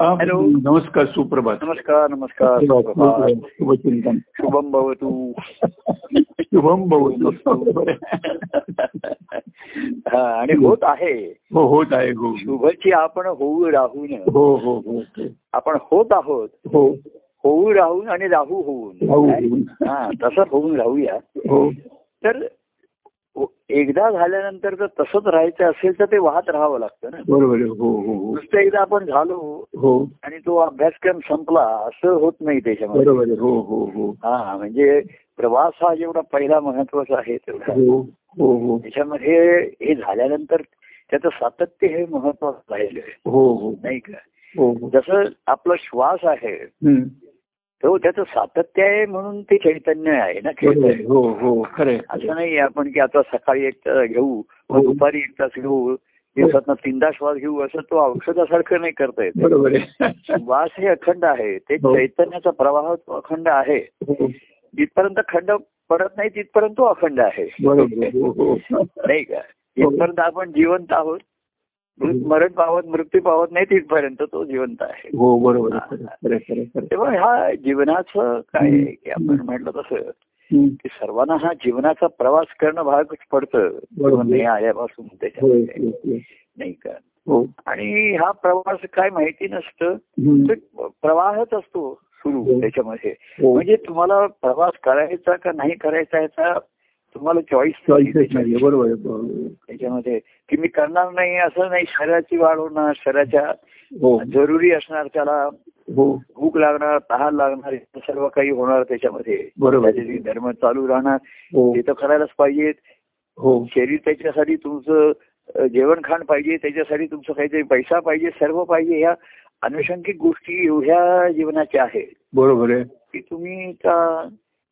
आं, hello. नमस्कार सुप्रभात नमस्कार नमस्कार सुप्रभात. शुभचिंतन शुभम भवतु शुभम भाऊ हा, आणि होत आहे हो होत आहे हो शुभची आपण होऊ राहून हो हो हो आपण होत आहोत हो होऊ राहून आणि राहू राहू होऊन होऊन. हा तसंच होऊन राहूया हो तर एकदा झाल्यानंतर जर तसंच राहायचं असेल तर ते वाहत राहावं लागतं ना बरोबर आहे. हो हो हो नुसतं एकदा आपण झालो हो आणि तो अभ्यासक्रम संपला असं होत नाही त्याच्यामध्ये बरोबर आहे. हो हो हो हा म्हणजे प्रवास हा जेवढा पहिला महत्वाचा आहे तेवढा हो हो हो त्याच्यामध्ये हे झाल्यानंतर त्याचं सातत्य हे महत्वाचं राहिलं आहे, हो हो नाही का हो हो जसं आपला श्वास आहे हम्म. तो त्याचं सातत्य आहे म्हणून ते चैतन्य आहे ना खेळ बरोबर आहे आहे. हो हो खरं आहे. असं नाही आपण की आता सकाळी एक तास घेऊ मग हो. दुपारी एक तास घेऊ दिवसात तीनदा श्वास घेऊ असं तो औषधासारखं नाही करता येत हो, बरोबर आहे श्वास हे अखंड आहे ते हो. चैतन्याचा प्रवाह तो अखंड आहे हो. जिथपर्यंत खंड पडत नाही तिथपर्यंत तो अखंड आहे बरोबर आहे. हो हो नाही का जिथपर्यंत आपण जिवंत आहोत मृत- मरण पावत मृत्यू पावत नाही तिथपर्यंत तो जिवंत आहे हो बरोबर आहे. खरं आहे. खरं आहे. खरं आहे. खरं आहे. तेव्हा ह्या जीवनाचं काय आहे की आपण हम्म. म्हटलं तसं हम्म. की सर्वांना हा जीवनाचा प्रवास करणं भागच पडतं बरोबर. नाही आल्यापासून हो त्याच्यामध्ये हो, हो. नाही का हो आणि हा प्रवास काय माहिती नसतं हम्म. तर प्रवाहच असतो सुरू हो. त्याच्यामध्ये हो. म्हणजे तुम्हाला प्रवास करायचा का नाही करायचा याचा तुम्हाला चॉईस Choices नाहीये. बरोबर आहे. बरोबर आहे. त्याच्यामध्ये की मी करणार नाही असं नाही शरीराची वाढ होणार शरीराच्या हो जरुरी असणार त्याला हो भूक लागणार तहान लागणार हे सर्व काही होणार त्याच्यामध्ये बरोबर त्याचे जे धर्म चालू राहणार हो ते तर करायलाच पाहिजेत हो शरीर त्याच्यासाठी तुमचं अ, जेवण खाण पाहिजे त्याच्यासाठी तुमचं काहीतरी पैसा पाहिजे सर्व पाहिजे ह्या अनुषंगिक गोष्टी एवढ्या जीवनाच्या आहेत बरोबर आहे की तुम्ही त्या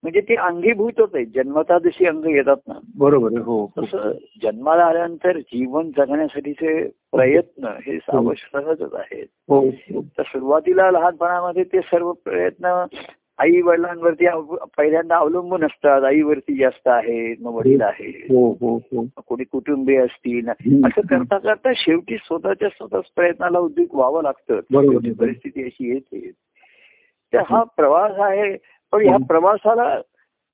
म्हणजे ते अंगीभूतच आहेत जन्मता जशी अंग येतात ना बरोबर आहे हो हो. तसं जन्माला आल्यानंतर जीवन जगण्यासाठीचे प्रयत्न हे साव- सहजच आहेत हो हो. तर सुरुवातीला लहानपणामध्ये ते सर्व प्रयत्न आई वडिलांवरती अव- पहिल्यांदा अवलंबून असतात आईवरती जास्त आहेत मग वडील आहेत हो हो हो मग कोणी कुटुंबीय असतील हम्म. असं करता करता शेवटी स्वतःच्या स्वतःच प्रयत्नाला उद्योग व्हावं लागतं बरोबर. शेवटी परिस्थिती अशी येते तर हा प्रवास आहे पण ह्या हम्म. प्रवासाला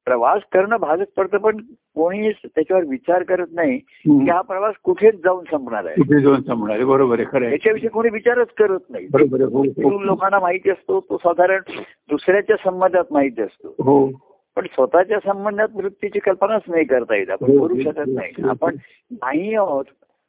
प्रवास करणं भागच पडतं पण कोणी त्याच्यावर विचार करत नाही की हम्म. हा प्रवास कुठेच जाऊन संपणार आहे कुठे जाऊन थांबणार आहे बरोबर आहे खरं आहे याच्याविषयी कोणी विचारच करत नाही बरोबर आहे हो, तरुण हो लोकांना माहिती असतो तो साधारण दुसऱ्याच्या संबंधात माहिती असतो हो पण स्वतःच्या संबंधात वृत्तीची कल्पनाच नाही करता येत आपण हो, करू हो, शकत हो, नाही हो. आपण नाही आहोत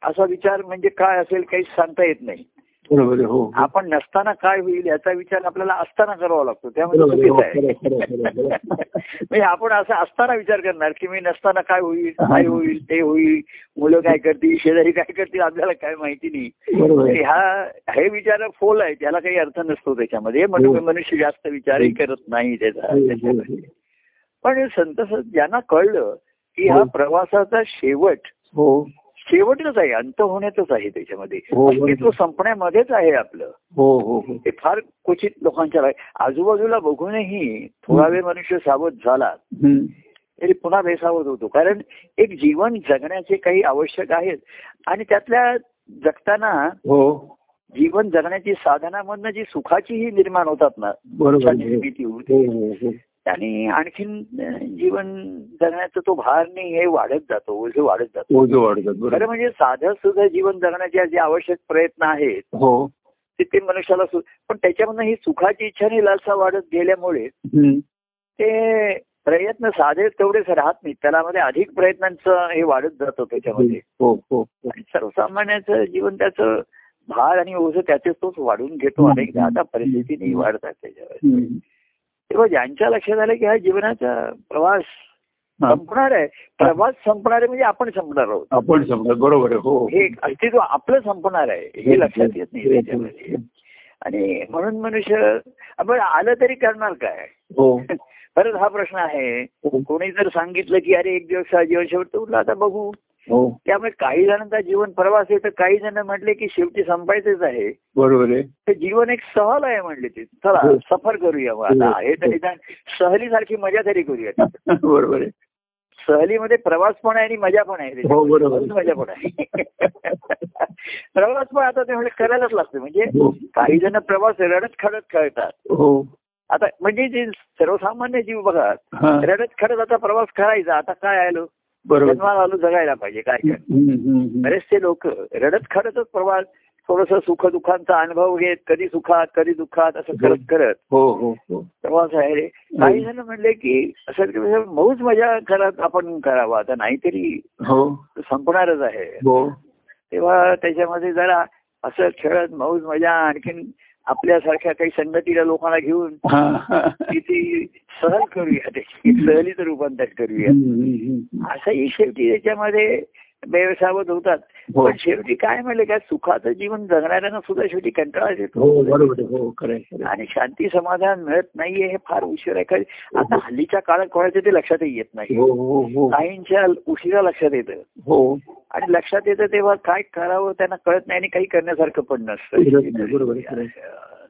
असा विचार म्हणजे काय असेल काहीच सांगता येत नाही बरोबर आहे हो हो. आपण नसताना काय होईल याचा विचार आपल्याला असताना करावा लागतो त्यामध्ये बरोबर आहे, हो, चुकीचं आहे खरं आहे, खरं आहे, खरं आहे, खरं आहे. म्हणजे आपण असं असताना विचार करणार की मी नसताना काय होईल हा. काय होईल ते होईल मुलं काय करतील शेजारी काय करतील आपल्याला काय माहिती नाही बरोबर आहे म्हणजे ह्या हे विचार फोल आहेत त्याला काही अर्थ नसतो त्याच्यामध्ये हो. म्हणून मनुष्य जास्त विचारही करत नाही त्याचा हो, हो, त्याच्यामध्ये. पण संत स- ज्यांना कळलं की हो. हा प्रवासाचा शेवट हो शेवटच आहे अंत होण्यातच आहे त्याच्यामध्ये हो, बरोबर. अस्तित्व संपण्यामध्येच आहे आपलं हो हो हो हे फार क्वचित लोकांच्या रा- आजूबाजूला बघूनही हो. थोडा वेळ मनुष्य सावध झाला हम्म. तरी पुन्हा बेसावत होतो कारण एक जीवन जगण्याचे काही आवश्यक आहेत आणि त्यातल्या जगताना हो जीवन जगण्याची साधनामधनं जी सुखाची ही निर्माण होतात ना बरोबर सुखाची आहे. निर्मिती होते हो हो हो आणि आणखीन अं, जीवन जगण्याचं तो भार नाही हे वाढत जातो ओझे वाढत जातो ओझं वाढतात खरं बरोबर म्हणजे साधं सुद्धा जीवन जगण्याचे जे आवश्यक प्रयत्न आहेत हो ते ते मनुष्याला सु- पण त्याच्यामधनं ही सुखाची इच्छा आणि लालसा वाढत गेल्यामुळे हम्म. ते प्रयत्न साधे तेवढेच राहत नाही त्याला मध्ये अधिक प्रयत्नांचं हे वाढत जातं त्याच्यामध्ये हो हो हो. आणि सर्वसामान्याचं जीवन त्याचं भार आणि ओझ त्याचे तोच वाढून घेतो अनेकदा आता परिस्थितीने वाढतात त्याच्यावर हम्म. तेव्हा ज्यांच्या लक्षात आलं की हा जीवनाचा प्रवास हा. संपणार आहे प्रवास संपणार आहे म्हणजे आपण संपणार आहोत आपण समजा बरोबर आहे हो हे एक अस्तित्व आपलं संपणार आहे हे लक्षात येत नाही त्याच्यामध्ये आणि म्हणून मनुष्य आपण आलं तरी करणार काय हो परत हा प्रश्न आहे हो कोणी जर सांगितलं की अरे एक दिवस हा जीवन शेवट तर म्हटलं आता बघू हो त्यामुळे काही जणांचा जीवन प्रवास आहे तर काही जण म्हटले की शेवटी संपायचंच आहे बरोबर आहे तर जीवन एक सहल आहे म्हणले ते चला हो. सफर करूया मग आता हो. आहे तर निदान सहलीसारखी मजा तरी करूया बरोबर आहे सहलीमध्ये प्रवास पण आहे आणि मजा पण आहे त्याच्यात. हो बरोबर आणि मजा पण आहे प्रवास पण आता ते म्हणजे करायलाच लागतो म्हणजे हो काही जण प्रवास रडत खडत खेळतात हो आता म्हणजे जे सर्वसामान्य जीव बघा हा रडत खडत आता प्रवास करायचा आता काय आलो बरोबर जन्माला आलो जगायला पाहिजे काय काय हम्म, हम्म, हम्म. बरेचसे लोक रडत खडतच प्रवास थोडस सुख दुःखांचा अनुभव घेत कधी सुखात कधी दुःखात असं करत करत हो हो हो प्रवास आहे रे काही जण म्हणले की असं की म्हणजे मौज मजा करत आपण करावा आता नाहीतरी हो संपणारच आहे हो तेव्हा त्याच्यामध्ये जरा असं खेळत मौज मजा आणखीन आपल्यासारख्या काही संगतीला लोकांना घेऊन हा, हा. की ती सहल करूया त्याची सहलीचं रूपांतर करूया हम्म, हम्म, हम्म. असंही शेवटी त्याच्यामध्ये बेवसावत होतात हो पण शेवटी काय म्हणले काय सुखाचं जीवन जगणाऱ्यांना सुद्धा शेवटी कंटाळा हो येतो बरोबर आहे. हो खरं आहे, खरं आहे. आणि शांती समाधान मिळत नाहीये हे फार उशीर आहे कारण आता हल्लीच्या काळात कोणाचं ते लक्षातही येत नाही हो हो हो काहींच्या उशिरा लक्षात येतं हो आणि लक्षात येतं तेव्हा काय करावं त्यांना कळत नाही आणि काही करण्यासारखं पण कळत नाही, बरोबर आहे, खरं नसतं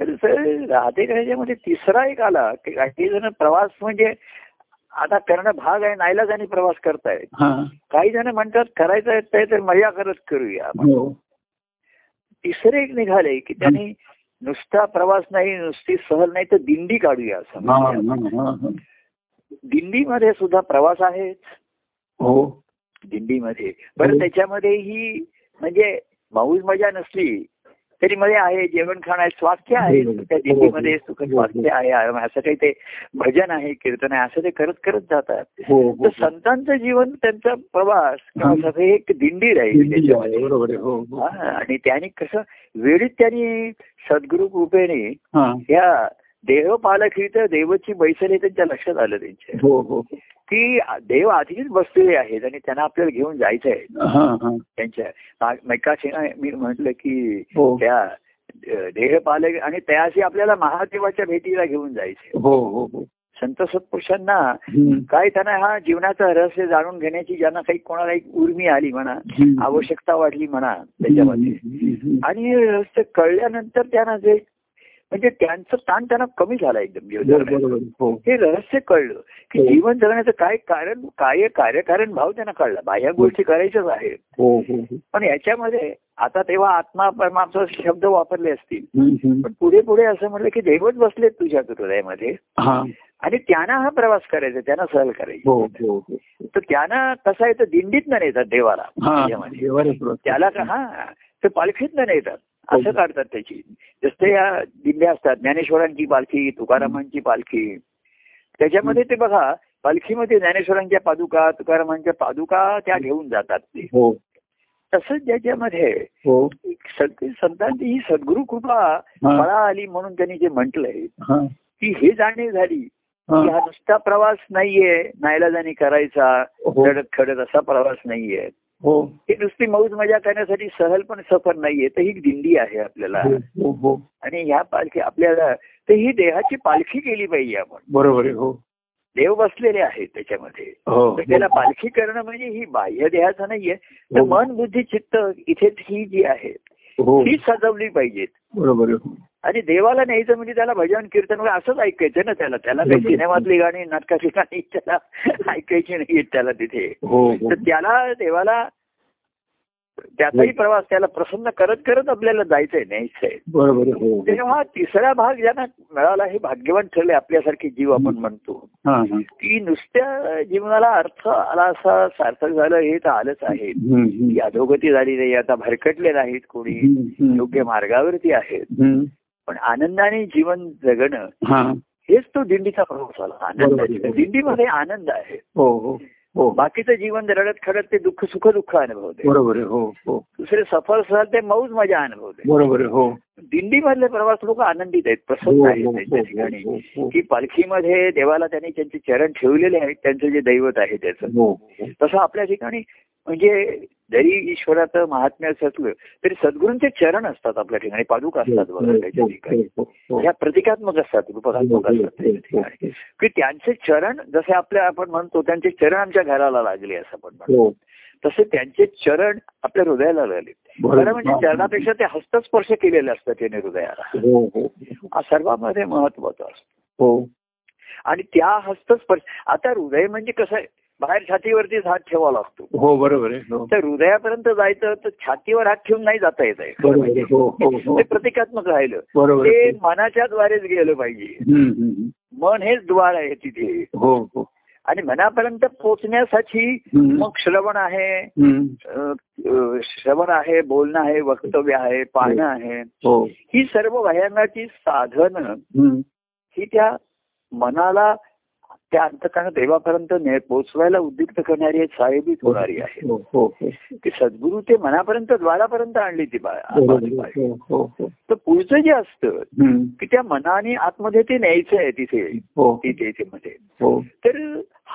तर सर राधेकराच्यामध्ये तिसरा एक आला की काही जण प्रवास म्हणजे आता करणं भाग आहे नाईलाज आणि प्रवास करतायत हा काही जण म्हणतात करायचं आहे ते तर मजा करत करूया हो तिसरे एक निघाले की त्यांनी नुसता प्रवास नाही नुसती सहल नाही तर दिंडी काढूया असं हा, म्हणतात. हा, हा, हा. दिंडीमध्ये सुद्धा प्रवास आहे हो दिंडीमध्ये पण त्याच्यामध्ये ही म्हणजे मौज मजा नसली तरी मध्ये आहे जेवण खाण आहे स्वास्थ्य आहे त्या हो, दिंडीमध्ये सुख स्वास्थ्य आहे आराम आहे. असं काही ते भजन आहे कीर्तन आहे असं ते करत करत जातात हो तर हो संतांचं जीवन त्यांचा प्रवास किंवा असं हे एक दिंडी राहील दिंडी त्याच्यामध्ये आहे, बरोबर आहे. हो हा, हो आणि त्याने कसं वेळीत त्यांनी सद्गुरु कृपेने हा. या देह पालक ही तर देवची बैसल हे त्यांच्या लक्षात आलं त्यांच्या हो हो की देव आधीच बसलेले आहेत आणि त्यांना आपल्याला घेऊन जायचं आहे हा हा त्यांच्या मा- मल्लिका सिन्हा मी म्हटलं की हो त्या अ, देह पालक आणि त्याशी आपल्याला महादेवाच्या भेटीला घेऊन जायचे हो हो हो संत सत्पुरुषांना हम्म, काय त्यांना हा जीवनाचा रहस्य जाणून घेण्याची ज्यांना काही कोणाला एक उर्मी आली म्हणा हम्म. आवश्यकता वाढली म्हणा त्याच्यामध्ये हम्म, हम्म, आणि हे रहस्य कळल्यानंतर त्यांना जे म्हणजे त्यांचं ताण त्यांना कमी झाला एकदम जीवन बरोबर जगण्याचा. बरोबर. हो हे रहस्य कळलं की हो. जीवन जगण्याचं काय कारण काय कार्यकारण भाव त्यांना कळला बाह्य गोष्टी करायच्याच आहेत हो हो हो. पण याच्यामध्ये आता तेव्हा आत्मा परमात्मा शब्द वापरले असतील हम्म, हम्म. पण पुढे पुढे असं म्हटलं की देवच बसलेत तुझ्या हृदयामध्ये हा आणि त्यांना हा प्रवास करायचा त्यांना सहल हो करायची हो हो तर त्यांना कसं आहे तर दिंडीतनं नेतात देवाला हा त्याच्यामध्ये. देवाला सुरुवात. त्याला का हा ते पालखीतनं नेतात असं हो. काढतात त्याची जसं या दिंड्या असतात ज्ञानेश्वरांची पालखी तुकारामांची पालखी त्याच्यामध्ये ते बघा पालखीमध्ये ज्ञानेश्वरांच्या पादुका तुकारामांच्या पादुका त्या घेऊन जातात ते हो तसंच ज्याच्यामध्ये हो सग- संतांची ही सद्गुरु कृपा हा फळा आली म्हणून त्यांनी जे म्हटलंय हा की हे जाणीव झाली की हा हा नुसता प्रवास नाहीये नाईलाजाने करायचा हो रडत खडत असा प्रवास नाहीये हो हे नुसती मौज मजा करण्यासाठी सहल पण सफर नाहीये तर ही दिंडी आहे आपल्याला हो, हो हो आणि ह्या पालखी आपल्याला तर ही देहाची पालखी केली पाहिजे आपण बरोबर आहे हो देव बसलेले आहेत त्याच्यामध्ये हो तर त्याला पालखी करणं म्हणजे ही बाह्य देहाचं नाहीये तर हो. मन बुद्धी चित्त इथे ही जी आहे हो ही सजवली पाहिजेत बरोबर आहे आणि देवाला न्यायचं म्हणजे त्याला भजन कीर्तन वगैरे असंच ऐकायचं ना त्याला त्याला काही बरोबर. सिनेमातली गाणी नाटकातली गाणी त्याला ऐकायची नाहीयेत त्याला तिथे हो हो तर त्याला देवाला त्याचाही प्रवास त्याला प्रसन्न करत करत आपल्याला जायचंय न्यायचंय बरोबर आहे हो तेव्हा तिसरा भाग ज्यांना मिळाला हे भाग्यवान ठरले आपल्यासारखे जीव आपण हम्म. म्हणतो हा हा की नुसत्या जीवनाला अर्थ आला असा सार्थक झालं हे तर आलंच आहे हम्म, हम्म. ही अधोगती झाली नाही आता भरकटले नाहीत कोणी हम्म, हम्म. योग्य मार्गावरती आहेत हम्म. पण आनंदाने जीवन जगणं हा हेच तो दिंडीचा प्रवास आला आनंदाचा बरोबर. दिंडीमध्ये आनंद आहे हो हो हो बाकीचं जीवन रडत खडत ते दुःख सुख दुःख अनुभवते बरोबर आहे हो हो दुसरे सफर सहल ते मौज मजा अनुभवते बरोबर आहे हो दिंडीमधले प्रवास लोक आनंदित आहेत हो प्रसन्न आहेत हो, त्यांच्या ठिकाणी हो, हो, की पालखीमध्ये देवाला त्यांनी त्यांचे चरण ठेवलेले आहेत त्यांचं जे दैवत आहे त्याचं हो. हो, तसं आपल्या ठिकाणी म्हणजे जरी ईश्वराचं महात्म्य असलं तरी सद्गुरूंचे चरण असतात आपल्या ठिकाणी पादुका असतात बघा त्याच्या ठिकाणी हो, हो, ह्या प्रतिकात्मक असतात रूपकात्मक असतात त्याच्या ठिकाणी की त्यांचे चरण जसे आपल्या आपण म्हणतो त्यांचे चरण आमच्या घराला लागले असं आपण म्हणतो हो. तसे त्यांचे चरण आपल्या हृदयाला लागले बरोबर. खरं म्हणजे चरणापेक्षा ते हस्तस्पर्श केलेले असतात त्याने हृदयाला हो, हो, हा सर्वांमध्ये महत्वाचा असतो हो. आणि त्या हस्तस्पर्श आता हृदय म्हणजे कसं आहे बाहेर छातीवरतीच हात ठेवावा लागतो हो बरोबर आहे हो तर हृदयापर्यंत जायचं तर छातीवर हात ठेवून नाही जाता येत आहे खरं बरोबर म्हणजे. आहे. हो हो हो ते प्रतिकात्मक राहिलं बरोबर आहे. ते मनाच्या द्वारेच गेलं पाहिजे हम्म, हम्म, हम्म. मन हेच द्वार आहे तिथे हो हो आणि मनापर्यंत पोचण्यासाठी हम्म. मग श्रवण आहे हम्म. अ, अ, श्रवण आहे बोलणं आहे वक्तव्य आहे पाहणं आहे हो ही सर्व वयांनाची साधनं हम्म. ही त्या मनाला त्या अंतकानं देवापर्यंत ने पोचवायला उद्युक्त करणारी आहे साहेबीत होणारी आहे हो हो हो ते सद्गुरू ते मनापर्यंत द्वारापर्यंत आणली ती बा- बरोबर बाजू आहे. आहे. हो हो हो तर पुढचं जे असतं हम्म. की त्या मनाने आतमध्ये ते न्यायचं आहे तिथे हो तिथे इथे मध्ये हो तर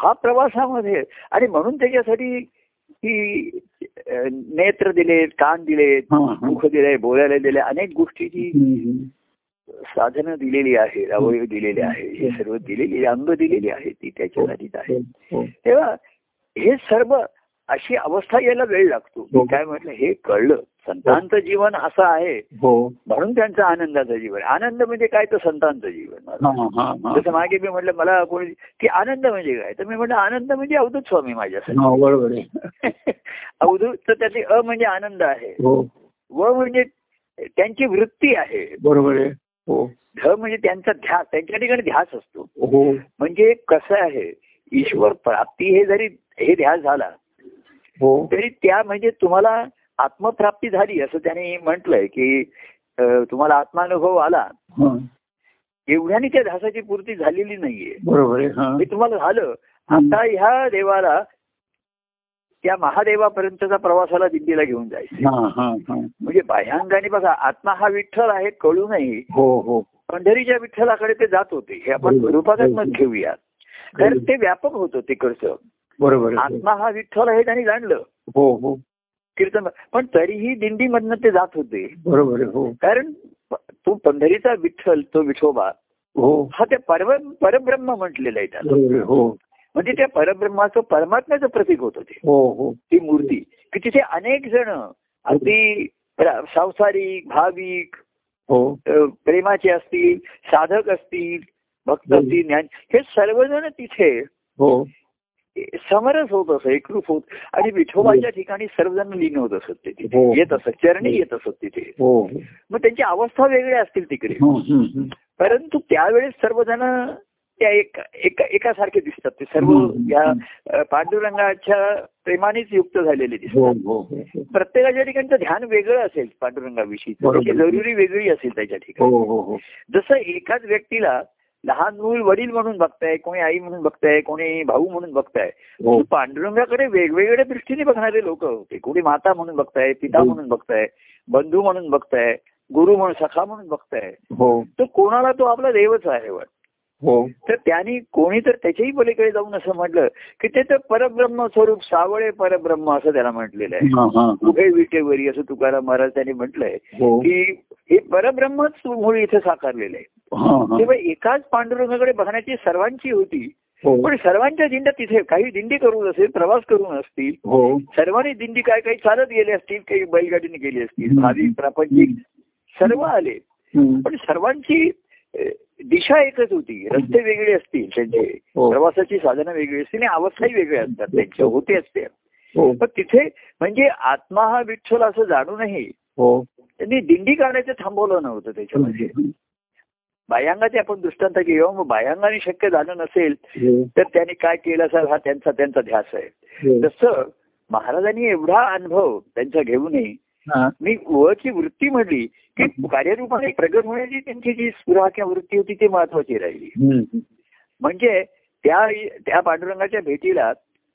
हा प्रवासामध्ये आणि म्हणून त्याच्यासाठी की अ, नेत्र दिलेत कान दिलेत हा, हा. मुख दिले बोलायला दिले अनेक गोष्टीची हम्म, हम्म. साधनं दिलेली आहेत हो. अवयव दिलेले आहे हे सर्व दिलेली अंग दिलेली आहे ती त्याच्यासाठीच आहे हो, हो. तेव्हा हे सर्व अशी अवस्था यायला वेळ लागतो हो. मी काय म्हटलं हे कळलं संतांचं जीवन असं आहे हो म्हणून त्यांचं आनंदाचं जीवन आनंद म्हणजे काय तर संतांचं जीवन हा, हा, हा. जसं मागे मी म्हटलं मला कोणी की आनंद म्हणजे काय तर मी म्हटलं आनंद म्हणजे अवधूत स्वामी माझ्यासाठी हा, बरोबर आहे अवधूत तर त्यातली अ म्हणजे आनंद आहे हो व म्हणजे त्यांची वृत्ती आहे बरोबर आहे हो ध म्हणजे त्यांचा ध्यास त्यांच्या ठिकाणी ध्यास असतो हो म्हणजे कसं आहे ईश्वर प्राप्ती हे जरी हे ध्यास झाला हो तरी त्या म्हणजे तुम्हाला आत्मप्राप्ती झाली असं त्याने म्हटलंय की अं, तुम्हाला आत्मानुभव आला हा, एवढ्याने त्या ध्यासाची पूर्ती झालेली नाहीये बरोबर आहे हा हे तुम्हाला झालं आता ह्या देवाला त्या महादेवापर्यंतचा प्रवासाला दिंडीला घेऊन जायचं हा हा हा म्हणजे बाह्यांगाने बघा आत्मा हा विठ्ठल आहे कळूनही हो हो पंढरीच्या विठ्ठलाकडे ते जात होते हे आपण बरोबर. रूपागत घेऊया कारण ते व्यापक होतं तिकडचं बरोबर आहे आत्मा हा विठ्ठल आहे त्यांनी जाणलं हो हो कीर्तन पण तरीही दिंडीमधनं ते जात होते बरोबर आहे हो कारण प- तो पंढरीचा विठ्ठल तो विठोबा हो हा त्या परव परब्रह्म म्हटलेलं आहे त्याला बरोबर आहे हो म्हणजे त्या परब्रह्माचं परमात्म्याचं प्रतीक होतं ते हो हो ती मूर्ती की तिथे अनेक जण अगदी प्रा- सांसारिक भाविक हो अ, प्रेमाचे असतील साधक असतील भक्त हो. असतील ज्ञान हे सर्वजण तिथे हो समरस होत असत एकरूप होत आणि विठोबाच्या ठिकाणी सर्वजण लीन होत असत ते तिथे हो. येत असत चरणी येत असत तिथे हो मग त्यांची अवस्था वेगळ्या असतील तिकडे हम्म, हम्म, हम्म. परंतु त्यावेळेस सर्वजण त्या एक एक- एकासारखे दिसतात ते सर्व हम्म. या अ, पांडुरंगाच्या प्रेमानेच युक्त झालेले दिसतात हो हो हो हो. प्रत्येकाच्या ठिकाणचं ध्यान वेगळं असेल पांडुरंगाविषयी बरोबर. त्याची जरुरी वेगळी असेल त्याच्या ठिकाणी हो हो हो जसं एकाच व्यक्तीला लहान मूल वडील म्हणून बघताय कोणी आई म्हणून बघताय कोणी भाऊ म्हणून बघताय हो पांडुरंगाकडे वेगवेगळ्या दृष्टीने बघणारे लोक होते कोणी माता म्हणून बघताय पिता हो. म्हणून बघताय बंधू म्हणून बघताय गुरु म्हणून सखा म्हणून बघताय हो तो कोणाला तो आपला देवच आहे वाट हो तर त्यांनी कोणी तर त्याच्याही पलीकडे जाऊन असं म्हटलं की ते तर परब्रह्म स्वरूप सावळे परब्रह्म असं त्याला म्हटलेलं आहे हा हा हा. उभे विटेवरी असं तुकाराम महाराज त्यांनी म्हटलंय हो की हे परब्रह्मच मुळी इथे साकारलेलं आहे हा हा तेव्हा एकाच पांडुरंगाकडे बघण्याची सर्वांची होती हो पण सर्वांच्या दिंड्या तिथे काही दिंडी करून असेल प्रवास करून असतील हो सर्वांनी दिंडी काय काही चालत गेले असतील काही बैलगाडीने गेले असतील हम्म. भाविक प्रापंचिक सर्व आले हम्म. पण सर्वांची अ, दिशा एकच होती रस्ते वेगळे असतील त्यांचे हो. प्रवासाची साधनं वेगळी असतील आणि अवस्थाही वेगळ्या असतात त्यांच्या होते असते हो पण तिथे म्हणजे आत्मा हा विठ्ठल असं जाणूनही हो त्यांनी दिंडी काढायचं थांबवलं नव्हतं म्हणजे? त्याच्यामध्ये बायांगाचे आपण दृष्टांत घेऊ मग बायांगाने शक्य झालं नसेल हो तर त्यांनी काय केलं असेल हा त्यांचा त्यांचा ध्यास आहे हो जसं महाराजांनी एवढा अनुभव त्यांचा घेऊनही हा. मी वची वृत्ती म्हटली की कार्यरूपाने प्रगट होण्याची त्यांची जी स्पृहा किंवा वृत्ती होती ती महत्वाची राहिली हम्म. म्हणजे त्या त्या पांडुरंगाच्या भेटीला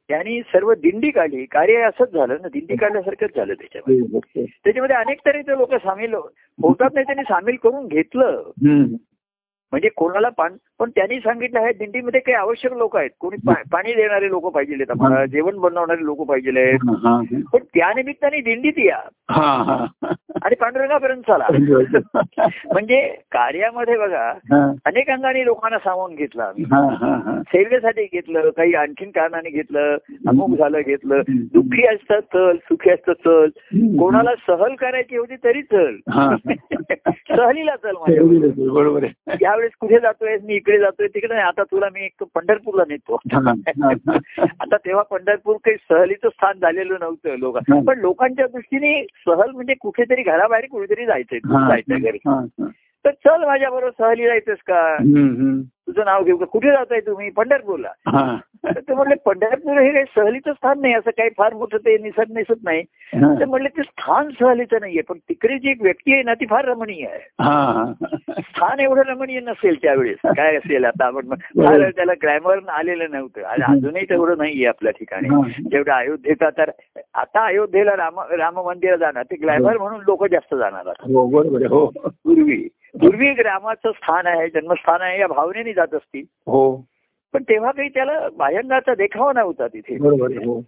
त्यांनी सर्व दिंडी काढली कार्य असंच झालं ना दिंडी काढल्यासारखंच झालं त्याच्यामध्ये हो, हो. त्याच्यामध्ये अनेक तऱ्हेचे लोक सामील हो-, होतात नाही त्यांनी सामील करून घेतलं हम्म. म्हणजे कोणाला पाणी पण त्यांनी सांगितलं आहे दिंडीमध्ये काही आवश्यक लोक आहेत कोणी पा- पाणी देणारे लोक पाहिजे आम्हाला जेवण बनवणारे लोक पाहिजे हा, हा, हा. पण त्यानिमित्ताने दिंडीत या हा, हा. आणि पांडुरंगापर्यंत चला म्हणजे कार्यामध्ये बघा हा, अनेक अंगाने लोकांना सामावून घेतलं आम्ही हा, हा, हा. सेवेसाठी घेतलं काही आणखीन कारणाने घेतलं अमुक झालं घेतलं हम्म. दुःखी असतं चल सुखी असतं चल हम्म. कोणाला सहल करायची होती तरी चल हा. सहलीला चल माझ्या बरोबर आहे यावेळेस कुठे जातोय मी इकडे इकडे जातोय तिकडे नाही आता तुला मी एक पंढरपूरला नेतो आता तेव्हा पंढरपूर काही सहलीचं स्थान झालेलं नव्हतं लोक हा. पण लोकांच्या दृष्टीने सहल म्हणजे कुठेतरी घराबाहेर कुठेतरी जायचंय जायचंय घरी तर चल माझ्या बरोबर सहली जायचंस का तुझं नाव घेऊ का कुठे जाताय तुम्ही पंढरपूरला तर ते म्हणले पंढरपूर हे काही सहलीचं स्थान नाही असं काही फार मोठं ते निसत निसत नाही तर म्हणले ते स्थान सहलीचं नाहीये पण तिकडे जी एक व्यक्ती आहे ना ती फार रमणीय आहे स्थान एवढं रमणीय नसेल त्यावेळेस काय असेल आता आपण म्हण- फार त्याला ग्लॅमर आलेलं नव्हतं आणि अजूनही तेवढं नाहीये आपल्या ठिकाणी जेवढं अयोध्येचा तर आता अयोध्येला राम राम मंदिर जाणार ते ग्लॅमर म्हणून लोक जास्त जाणार आता हो बरोबर आहे. हो पूर्वी पूर्वी एक रामाचं स्थान आहे जन्मस्थान आहे या भावनेने जात असतील हो पण तेव्हा काही त्याला बाह्यंगाचा देखावा नव्हता बरोबर आहे. तिथे हो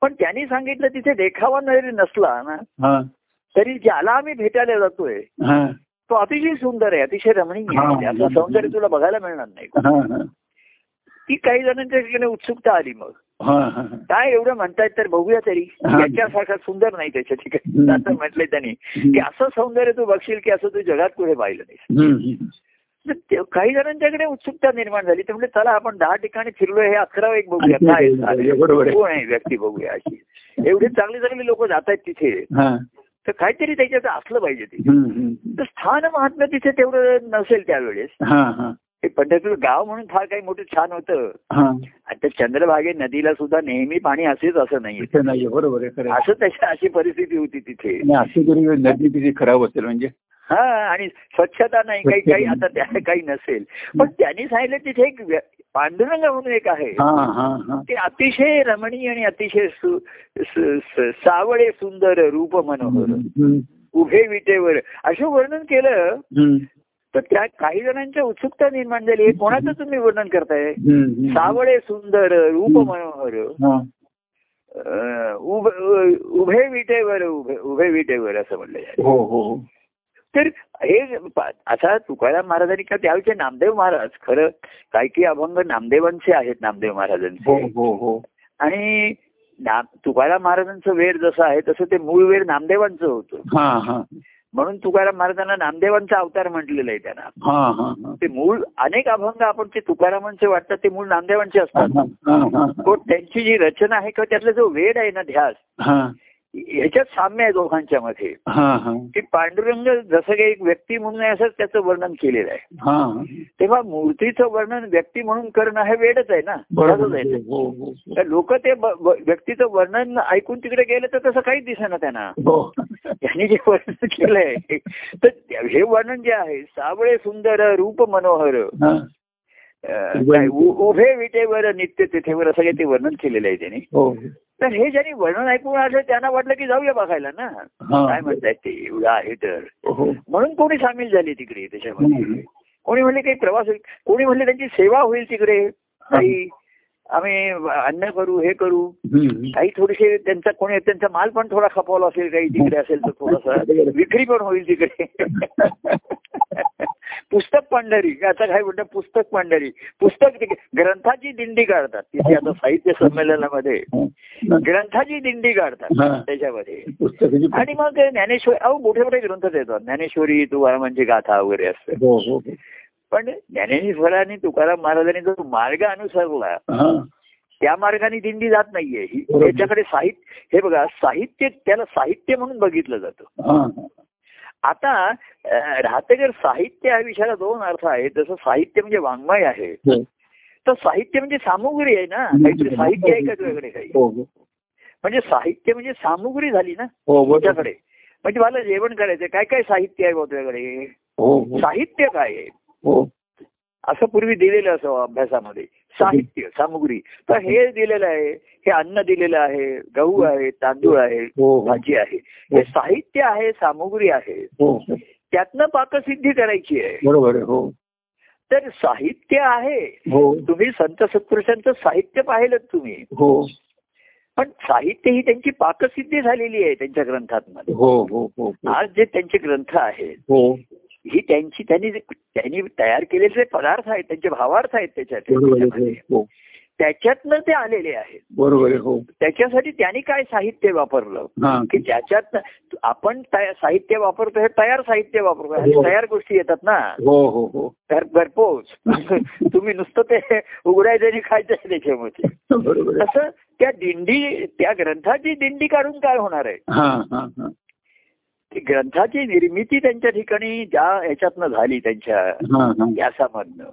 पण त्यांनी सांगितलं तिथे देखावा जरी नसला ना हा तरी ज्याला आम्ही भेटायला जातोय हा तो अतिशय सुंदर आहे अतिशय रमणीय हा. आहे त्याचं सौंदर्य तुला बघायला मिळणार नाही हा हा ती काही जणांच्या ठिकाणी उत्सुकता आली मग हा हा काय एवढं म्हणतायत तर बघूया तरी हा. याच्यासारखा सुंदर नाही त्याच्या ठिकाणी हम्म. असं म्हटलंय त्यांनी की असं सौंदर्य तू बघशील की असं तू जगात कुठे पाहिलं नाही हम्म. तर ते- काही जणांच्याकडे उत्सुकता निर्माण झाली तर म्हणजे चला आपण दहा ठिकाणी फिरलो हे अकरावं एक बघूया आणखी काय काही झालंय? झालंय, बरोबर आहे. कोण आहे व्यक्ती बघूया अशी एवढी चांगली चांगली लोक जात आहेत तिथे हा. तर काहीतरी त्याच्यात असलं पाहिजे ते हम्म, हम्म. तर स्थान महात्म्य तिथे तेवढं नसेल त्यावेळेस हा, हा, हे पंढरपूर गाव म्हणून फार काही मोठं छान होतं हा. आता चंद्रभागे नदीला सुद्धा नेहमी पाणी असेच असं नाही इथं नाहीये बरोबर आहे खरं आहे. असं त्याच्या अशी परिस्थिती होती तिथे आणि अशी तरी नदी तिची खराब असेल म्हणजे हा आणि स्वच्छता नाही काही काही आता त्या काही नसेल पण त्यांनी सांगितलं तिथे एक व्य- पांडुरंग म्हणून एक आहे हा हा हा ते अतिशय रमणीय आणि अतिशय सु- सु- स- सावळे सुंदर रूप मनोहर हम्म, उभे विटेवर असं वर्णन केलं हम्म, तर त्या काही जणांच्या उत्सुकता निर्माण झाली हे कोणाचं तुम्ही वर्णन करताय हम्म, हम्म. सावळे सुंदर रूप मनोहर हा, अं, उभ- उ- उभे विटेवर उभे उभे विटेवर असं म्हणलं जातं. हो हो हो. तर हे पा- आता तुकाराम महाराजांनी का त्यावेळेचे नामदेव महाराज खरं काही काही अभंग नामदेवांचे आहेत नामदेव हो महाराजांचे हो हो आणि ना- तुकाराम महाराजांचं वेर जसं आहे तसं ते मूळ वेर नामदेवांचं होतं हा हा म्हणून तुकाराम महाराजांना नामदेवांचा अवतार म्हटलेलं आहे त्यांना हा हा हा. ते मूळ अनेक अभंग आपण ते तुकारामांचे वाटतात ते मूळ नामदेवांचे असतात हा, हा, हा, तो त्यांची जी रचना आहे किंवा त्यातला जो वेड आहे ना ध्यास हा, ह्याच्यात साम्य आहे दोघांच्या मध्ये हा, हा, की पांडुरंग जसं काही एक व्यक्ती म्हणून आहे असं त्याचं वर्णन केलेलं आहे हा. तेव्हा मूर्तीचं वर्णन व्यक्ती म्हणून करणं हे वेडच आहे ना तसंच बरोबर आहे आहे. ना. हो हो, तर लोक ते ब- ब- व्यक्तीचं वर्णन ऐकून तिकडे गेले तर तसं काहीच दिसेना त्यांना हो. यांनी जे वर्णन केलंय तर हे वर्णन जे आहे सावळे सुंदर रूप मनोहर हा, अं, काय, उ- उभे विटेवर नित्य तिथेवर असं काही ते वर्णन केलेलं आहे त्यांनी हो. तर हे ज्यांनी वर्णन ऐकून आलं त्यांना वाटलं की जाऊया बघायला ना हा. काय म्हणतायत ते एवढं आहे तर हो. म्हणून कोणी सामील झाले तिकडे हम्म. त्याच्यामध्ये कोणी म्हणले काही प्रवास होईल कोणी म्हणले त्यांची सेवा होईल तिकडे काही आम्ही अन्न करू हे करू हम्म. काही थोडेसे त्यांचा कोणी त्यांचा माल पण थोडा खपवला असेल काही तिकडे असेल तर थोडासा विक्री पण होईल तिकडे पुस्तक पांढरी आता काय म्हणतात पुस्तक पांढरी पुस्तक तिकडे- ग्रंथाची दिंडी काढतात तिथे आता साहित्य संमेलनामध्ये ग्रंथाची दिंडी हा. काढतात त्याच्यामध्ये पुस्तकाची आणि मग ज्ञानेश्वरी अहो मोठे मोठे ग्रंथ देतात ज्ञानेश्वरी तुकारामांची गाथा वगैरे असते हो हो हो. पण ज्ञानेश्वरांनी तुकाराम महाराजांनी जो मार्ग अनुसरला हा. त्या मार्गाने दिंडी जात नाहीये ही बरोबर. त्याच्याकडे साहित्य हे बघा साहित्य त्याला साहित्य म्हणून बघितलं जातं हा. आता अं, राहतेकर साहित्य या विषयाला दोन अर्थ आहेत जसं साहित्य म्हणजे वाङ्मय आहे हो. तर साहित्य म्हणजे सामुग्री आहे ना काहीतरी साहित्य आहे का तुझ्याकडे काही हो हो. म्हणजे साहित्य म्हणजे सामुग्री झाली ना हो बरोबर तुझ्याकडे म्हणजे मला जेवण करायचं काय काय साहित्य आहे बुवा तुझ्याकडे हो हो साहित्य काय आहे हो असं पूर्वी दिलेलं असं अभ्यासामध्ये साहित्य सामुग्री तर हे दिलेलं आहे हे अन्न दिलेलं आहे गहू आहे तांदूळ आहे हो हो भाजी आहे हे साहित्य आहे सामुग्री आहे हो हो. त्यातनं पाकसिद्धी करायची आहे बरोबर आहे. हो तर साहित्य आहे हो तुम्ही संत सत्पुरुषांचं साहित्य पाहिलं तुम्ही हो पण साहित्य ही त्यांची पाकसिद्धी झालेली आहे त्यांच्या ग्रंथांमध्ये हो हो हो हो. आज जे त्यांचे ग्रंथ आहेत हो ही त्यांची त्यांनी त्यांनी तयार केलेले पदार्थ आहेत त्यांचे भावार्थ आहेत बरोबर आहे. त्याच्यात हो त्याच्यातनं ते आलेले आहेत बरोबर आहे हो त्याच्यासाठी त्यांनी काय साहित्य वापरलं हा की ज्याच्यात आपण तया- साहित्य वापरतो हे तयार साहित्य वापरतो आणि हो. तयार गोष्टी येतात ना हो हो हो घर घरपोच तुम्ही नुसतं ते उघडायचं आणि खायचं त्याच्यामध्ये बरोबर आहे तसं त्या दिंडी त्या ग्रंथाची दिंडी काढून काय होणार आहे हा हा हा ती ग्रंथाची निर्मिती त्यांच्या ठिकाणी ज्या याच्यातनं झाली त्यांच्या हा हा व्यासामधनं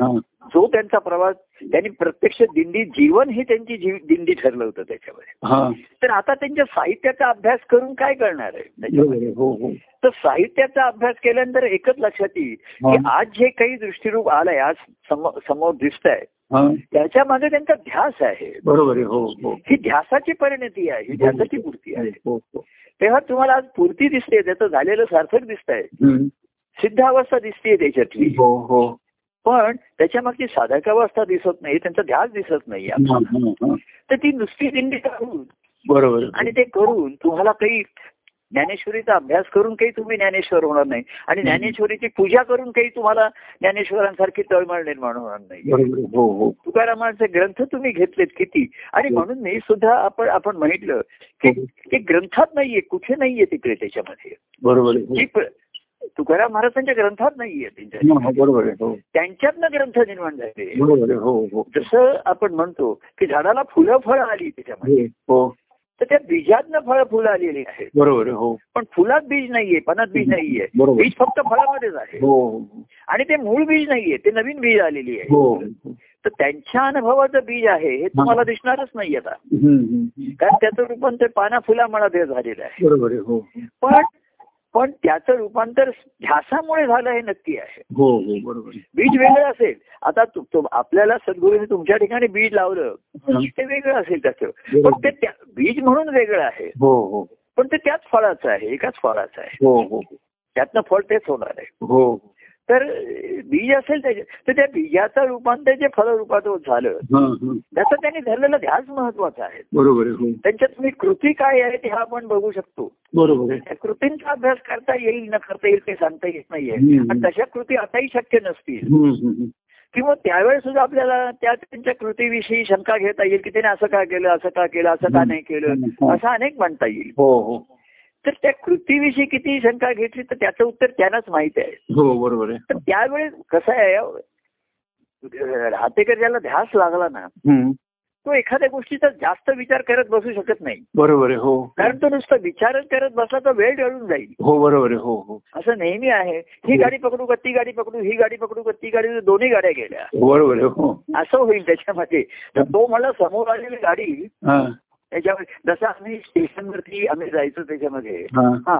हा जो त्यांचा प्रवास त्यांनी प्रत्यक्ष दिंडी जीवन हे त्यांची जीव दिंडी ठरलं होतं त्याच्यामध्ये हा तर आता त्यांच्या साहित्याचा अभ्यास करून काय करणार आहे बरोबर त्याच्यामध्ये आहे हो हो तर साहित्याचा अभ्यास केल्यानंतर एकच लक्षात येईल की हा. आज जे काही दृष्टिरूप आलंय आज समो- समोर दिसत आहे हा त्याच्या मागे त्यांचा ध्यास आहे बरोबर आहे हो हो ही ध्यासाची परिणती आहे ही ध्यासाची पूर्ती आहे हो हो तेव्हा तुम्हाला आज पूर्ती दिसते त्याचं झालेलं सार्थक दिसत आहे हम्म. सिद्धावस्था दिसते त्याच्यातली हो हो पण त्याच्या मागची साधकावस्था दिसत नाही त्यांचा ध्यास दिसत नाही हा, आपल्याला. हा, हा. तर ती नुसती दिंडी काढून बरोबर आहे. आणि ते करून तुम्हाला काही ज्ञानेश्वरीचा अभ्यास करून काही तुम्ही ज्ञानेश्वर होणार नाही आणि हम्म. ज्ञानेश्वरीची पूजा करून काही तुम्हाला ज्ञानेश्वरांसारखी तळमळ निर्माण होणार नाही बरोबर आहे. हो हो तुकारामांचे ग्रंथ तुम्ही घेतलेत किती आणि म्हणून मी सुद्धा आपण आपण म्हटलं की ते ग्रंथात नाहीये कुठे नाहीये तिकडे त्याच्यामध्ये हो. बरोबर आहे. जी प्र- तुकाराम महाराजांच्या ग्रंथात नाहीये त्यांच्या हो. हा, बरोबर आहे. हो त्यांच्यातनं ग्रंथ निर्माण झाले बरोबर आहे. हो हो जसं आपण म्हणतो की झाडाला फुलं फळं आली त्याच्यामध्ये हे, हो तर त्या बीजातनं फळं फुलं आलेली आहेत बरोबर आहे. हो पण फुलात बीज नाहीये पणात बीज नाहीये बरोबर. बीज फक्त फळामध्येच आहे हो आणि ते मूळ बीज नाहीये ते नवीन बीज आलेली हो आहे तर त्यांच्या अनुभवाचं बीज आहे हे तुम्हाला दिसणारच नाही आता हम्म, हम्म, हम्म. कारण त्याचं रूपांतर पाना फुलामध्ये झालेलं आहे बरोबर आहे. हो पण पण त्याचं रूपांतर ध्यासामुळे झालं हे नक्की आहे हो हो बरोबर आहे. बीज वेगळं असेल आता तु- तु- आपल्याला सद्गुरूने तुमच्या ठिकाणी बीज लावलं हा. ते वेगळं असेल त्याचं बरोबर. पण ते त्या- बीज म्हणून वेगळं आहे हो हो पण ते त्याच फळाचं आहे एकाच फळाचं आहे हो हो त्यातनं फळ तेच होणार आहे हो तर अं, बीज असेल त्याचे तर त्या बीजाचं रूपांतर जे फळ रूपात होत झालं हा, हा. त्याचा त्यांनी धरलेला ध्यास महत्वाचा आहे बरोबर आहे. हो त्यांच्यात तुम्ही कृती काय आहे ते हा आपण बघू शकतो बरोबर आहे. त्या कृतींचा अभ्यास करता येईल न करता येईल ते सांगता येत नाहीये हम्म. आणि तशा कृती आताही शक्य नसतील हम्म, हम्म, हम्म. किंवा त्यावेळेस सुद्धा आपल्याला त्या त्यांच्या कृतीविषयी शंका घेता येईल की त्याने असं का केलं असं का केलं असं का नाही हम्म. केलं असं अनेक म्हणता येईल हो हो तर त्या कृतीविषयी किती शंका घेतली तर त्याचं उत्तर त्यांनाच माहिती आहे हो बरोबर आहे. तर त्यावेळेस कसं आहे अं, राहतेकर ज्याला ध्यास लागला ना हम्म. तो एखाद्या गोष्टीचा जास्त विचार करत बसू शकत नाही बरोबर आहे. हो कारण तो नुसता विचारच करत बसला तर वेळ गळून जाईल हो बरोबर आहे. हो हो असं नेहमी आहे ही गाडी पकडू का ती गाडी पकडू ही गाडी पकडू का ती गाडी दोन्ही गाड्या गेल्या बरोबर आहे. हो असं होईल त्याच्यामध्ये तर तो मला समोर आलेली गाडी हा त्याच्यामध्ये जसं आम्ही स्टेशनवरती आम्ही जायचो त्याच्यामध्ये हा हा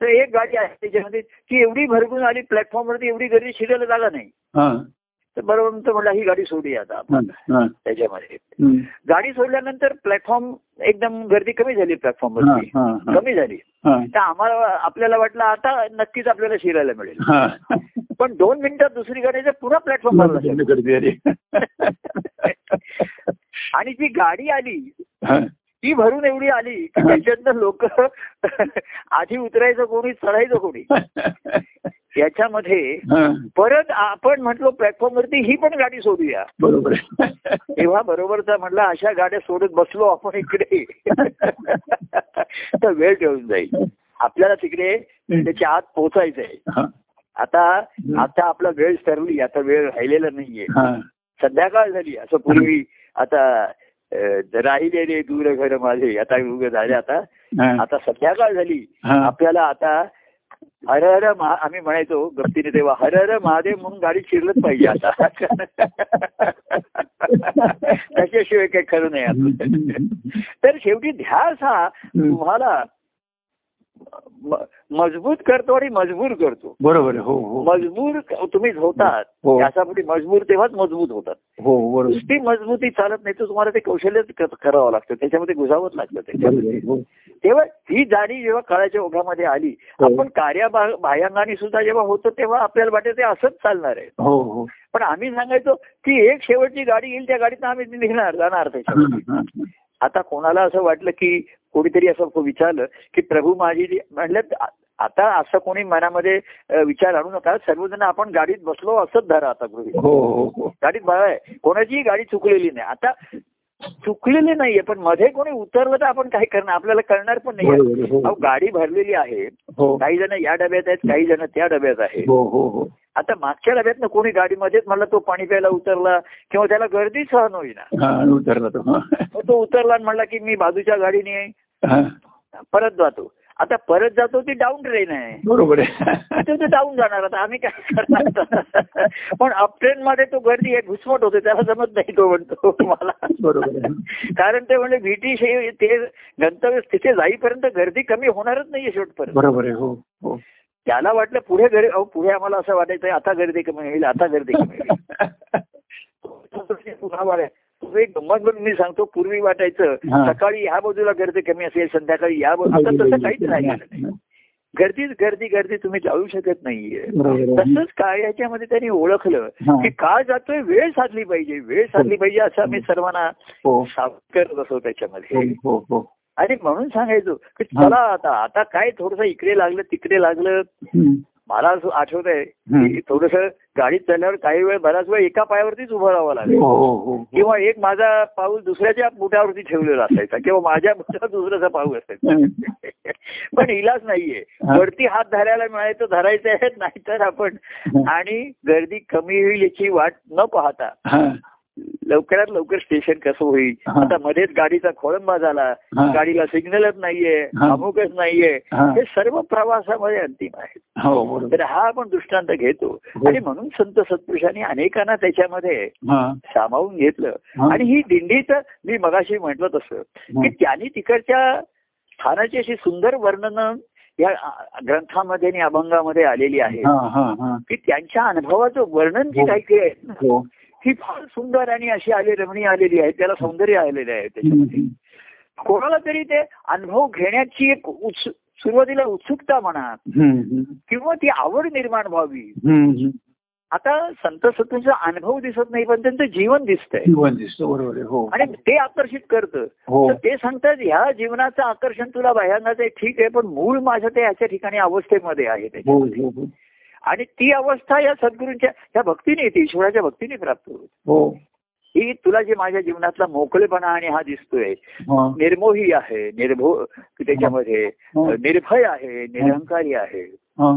तर एक गाडी आहे त्याच्यामध्ये ती एवढी भरपूर आली प्लॅटफॉर्मवरती एवढी गर्दी शिरायला जागा नाही हा तर बरोबर म्हणतो म्हणला ही गाडी सोडूया आता आपण हा, हा त्याच्यामध्ये हम्म. गाडी सोडल्यानंतर प्लॅटफॉर्म एकदम गर्दी कमी झाली हा, प्लॅटफॉर्मवरती हा, हा. कमी झाली हा. तर आम्हाला आपल्याला वाटलं आता नक्कीच आपल्याला शिरायला मिळेल हा. पण दोन मिनिटात दुसरी गाडी जर पुन्हा प्लॅटफॉर्मवर लागली. गर्दी गर्दी आली. आणि जी गाडी आली हा. ती भरून एवढी आली की त्याच्यातनं लोक आधी उतरायचं कोणी चढायचं कोणी याच्यामध्ये हा. परत आपण म्हटलो प्लॅटफॉर्मवरती ही पण गाडी सोडूया बरोबर आहे. तेव्हा बरोबरचा म्हटलं अशा गाड्या सोडत बसलो आपण इकडे तर वेळ घेऊन जाईल आपल्याला तिकडे त्याच्या आत पोहोचायचंय हा. आता आता आपला वेळ ठरली आता वेळ राहिलेला नाहीये हा. संध्याकाळ झाली असं पूर्वी आता अं, राहिलेले दूर घर माझे आता युग झाले आता हा. आता संध्याकाळ झाली हा. आपल्याला आता हर हर महा आम्ही म्हणायचो गमतीने तेव्हा हर हर महादेव म्हणून गाडी चिरलंच पाहिजे आता त्याच्याशिवाय काही खरं नाही आपलं तर शेवटी ध्यास हा तुम्हाला म- मजबूत करतो आणि मजबूर करतो बरोबर आहे. हो हो मजबूर क- तुम्ही होतात हो. त्यासाठी मजबूर तेव्हाच मजबूत होतात हो बरोबर नुसती मजबूती चालत नाही तर तुम्हाला ते कौशल्य क- करावं लागतं त्याच्यामध्ये घुसावंच लागतं ते बरोबर आहे. हो तेव्हा ही जाणीव जेव्हा काळाच्या ओघामध्ये आली हो. आपण कार्याभायंगाने सुद्धा जेव्हा होतो तेव्हा आपल्याला वाटत ते असंच चालणार आहे हो हो पण आम्ही सांगायचो की एक शेवटची गाडी येईल त्या गाडीत आम्ही निघणार जाणार हा, त्याच्यावर हा. आता कोणाला असं वाटलं की कोणीतरी असं विचारलं की प्रभू माझी जी- म्हणलं आता असं कोणी मनामध्ये अ, विचार आणू नका सर्वजण आपण गाडीत बसलो असंच धरा आता गृहित हो हो हो गाडीत बघाय कोणाचीही गाडी चुकलेली नाही आता चुकलेली नाहीये पण मध्ये कोणी उतरलं तर आपण काय करणार आपल्याला कळणार पण नाही बरोबर, हो. अहो गाडी भरलेली आहे हो काही जण या डब्यात आहेत काही जण त्या डब्यात आहेत हो हो हो आता मागच्या डब्यातनं कोणी गाडीमध्येच मला तो पाणी प्यायला उतरला किंवा त्याला गर्दी सहन होईना हा, आणि उतरला तो हा. मग तो उतरला आणि म्हणला की मी बाजूच्या गाडीने हा. परत जातो आता परत जातो ती डाऊन ट्रेन आहे बरोबर आहे ते तर जाऊन जाणार आता आम्ही काय करणार आता? पण अप ट्रेन मध्ये तो गर्दी आहे घुसमट होते त्याला जमत नाही तो म्हणतो मला बरोबर आहे कारण ते म्हणजे ब्रिटिश हे ते गंतव्य तिथे जाईपर्यंत गर्दी कमी होणारच नाहीये शेवटपर्यंत बरोबर आहे हो हो त्याला वाटलं पुढे गर्दी अहो, पुढे आम्हाला असं वाटायचं आता गर्दी कमी होईल आता गर्दी कमी होईल पुन्हा वाढ तुम्ही एक गंमत म्हणून मी सांगतो पूर्वी वाटायचं हा. सकाळी ह्या बाजूला गर्दी कमी असेल संध्याकाळी या बाजूला आता तसं काहीच राहिलं नाही गर्दीच गर्दी गर्दी तुम्ही जाऊ शकत नाहीये बरोबर आहे. तसंच काय याच्यामध्ये त्यांनी ओळखलं हा. की काळ जातोय वेळ साधली पाहिजे वेळ साधली पाहिजे असं आम्ही सर्वांना हो सावध करत असो हो त्याच्यामध्ये हो हो आणि म्हणून सांगायचो की हा. चला आता आता काय थोडस इकडे लागलं तिकडे लागलं हम्म. मला असं आठवत हम्म. आहे थोडस गाडीत चालल्यावर काही वेळ बराच वेळ एका पायावरतीच उभं राहावं लागलं हो हो हो हो. किंवा एक माझा पाऊल दुसऱ्याच्या बुटावरती ठेवलेला असायचा किंवा माझ्या बुटावर दुसऱ्याचा पाऊल असायचा हम्म. पण इलाज नाहीये हा. वरती हात धरायला मिळायचं धरायचं आहे नाहीतर आपण आणि गर्दी कमी होईल याची वाट न पाहता हा, लवकरात लवकर स्टेशन कसं होईल हा. आता मध्येच गाडीचा खोळंबा झाला हा. गाडीला सिग्नलच नाहीये हा. अमुकच नाहीये हा. हे सर्व प्रवासामध्ये अंतिम आहे हो बरोबर तर हा आपण दृष्टांत घेतो हो. आणि म्हणून संत सत्पुरुषांनी अनेकांना त्याच्यामध्ये हा, सामावून घेतलं हा. आणि ही दिंडी तर मी मगाशी म्हटलं तसं की त्यांनी तिकडच्या स्थानाची अशी सुंदर वर्णन या अ- ग्रंथामध्ये आणि अभंगामध्ये आलेली आहे हा, हा, हा. की त्यांच्या अनुभवाचं वर्णन जी हो. काही काही आहे ना, हो. ही फार सुंदर आणि अशी आली रमणीय आलेली आहे त्याला सौंदर्य आलेले आहे हम्म, त्याच्यामध्ये हम्म. कोणाला तरी ते अनुभव घेण्याची एक उत्सु- सुरुवातीला उत्सुकता म्हणा हम्म, हम्म. किंवा ती आवड निर्माण व्हावी हम्म, हम्म. आता संत सत्तूंचा अनुभव दिसत नाही पण त्यांचं जीवन दिसतंय जीवन दिसतो बरोबर आहे हो आणि ते आकर्षित करतं हो तर ते सांगतात ह्या जीवनाचं आकर्षण तुला बाह्यांगाचं आहे, ठीक आहे पण मूळ माझ्या ते याच्या ठिकाणी अवस्थेमध्ये आहे ते हो हो हो. आणि ती अवस्था या सद्गुरूंच्या या भक्तीने येते ईश्वराच्या भक्तीने प्राप्त होते हो ही तुला जे माझ्या जीवनातला मोकळेपणा आणि हा दिसतोय हा, निर्मोही आहे निर्भो त्याच्यामध्ये हा, निर्भय आहे निरहंकारी आहे हा.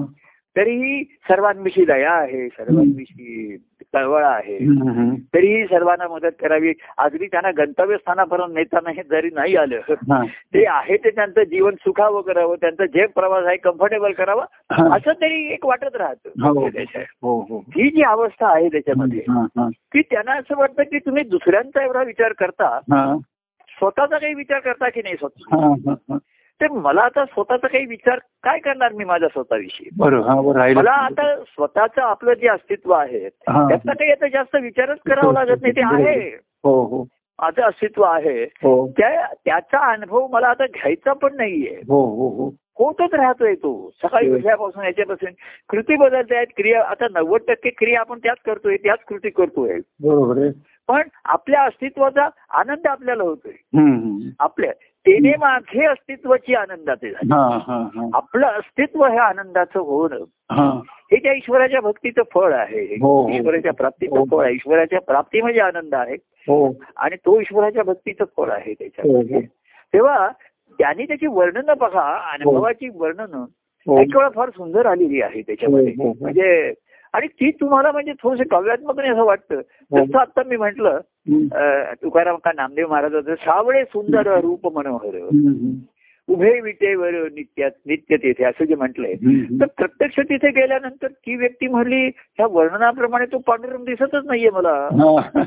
तरीही सर्वांविषयी दया आहे सर्वांविषयी कळवळ आहे हम्म, हम्म. तरीही सर्वांना मदत करावी अगदी त्यांना गंतव्यस्थानापर्यंत नेताना हे जरी नाही आलं हा, ते आहे ते त्यांचं जीवन सुखावं करावं त्यांचा जे प्रवास आहे कम्फर्टेबल करावा हा. असं तरी एक वाटत हो राहतं म्हणजे त्याच्या- हो हो ही जी अवस्था आहे त्याच्यामध्ये हा, हा, की त्यांना असं वाटतं की तुम्ही दुसऱ्यांचा एवढा विचार करता हा, स्वतःचा काही विचार करता की नाही स्वतः हा, हा, हा. तर मला आता स्वतःचा काही विचार काय करणार मी माझ्या स्वतःविषयी बरं हा बरं राहिलं मला आता स्वतःचं आपलं जे अस्तित्व आहे हा. त्यातनं काही आता जास्त विचारच करावा लागत नाही ते आहे हो हो माझं अस्तित्व आहे हो त्या त्याचा अनुभव मला आता घ्यायचा पण नाहीये हो हो हो होतच राहतोय तो सकाळी हो. उठल्यापासून याच्यापासून कृती बदलत आहेत क्रिया आता नव्वद टक्के क्रिया आपण त्याच करतोय त्याच कृती करतोय बरोबर आहे पण आपल्या अस्तित्वाचा आनंद आपल्याला होतोय हम्म, हम्म. आपल्या तेने माझे अस्तित्वाची आनंदाचे झाले हा हा हा आपलं अस्तित्व हे आनंदाचं होणं हा हे त्या ईश्वराच्या भक्तीचं फळ आहे हो, हो. ईश्वराच्या प्राप्तीचं हो. फळ आहे ईश्वराच्या प्राप्ती म्हणजे आनंद आहे हो आणि तो ईश्वराच्या भक्तीचं फळ आहे त्याच्यात हो हो तेव्हा त्यांनी त्याची वर्णनं बघा अनुभवाची वर्णनं हो एक वेळा फार सुंदर आलेली आहे त्याच्यामध्ये हो, हो, हो. म्हणजे आणि ती तुम्हाला म्हणजे थोडस काव्यात्मक नाही असं वाटतं हो. जसं आता मी म्हंटल हम्म, तुकाराम का नामदेव महाराजांचं सावळे सुंदर रूप मनोहर हम्म, हम्म. उभे विटेवर नित्य नित्य तेथे असं जे म्हटलंय हम्म, तर प्रत्यक्ष तिथे गेल्यानंतर ती व्यक्ती म्हणली ह्या वर्णनाप्रमाणे तो पांडुरंग दिसतच नाहीये मला हम्म. हा.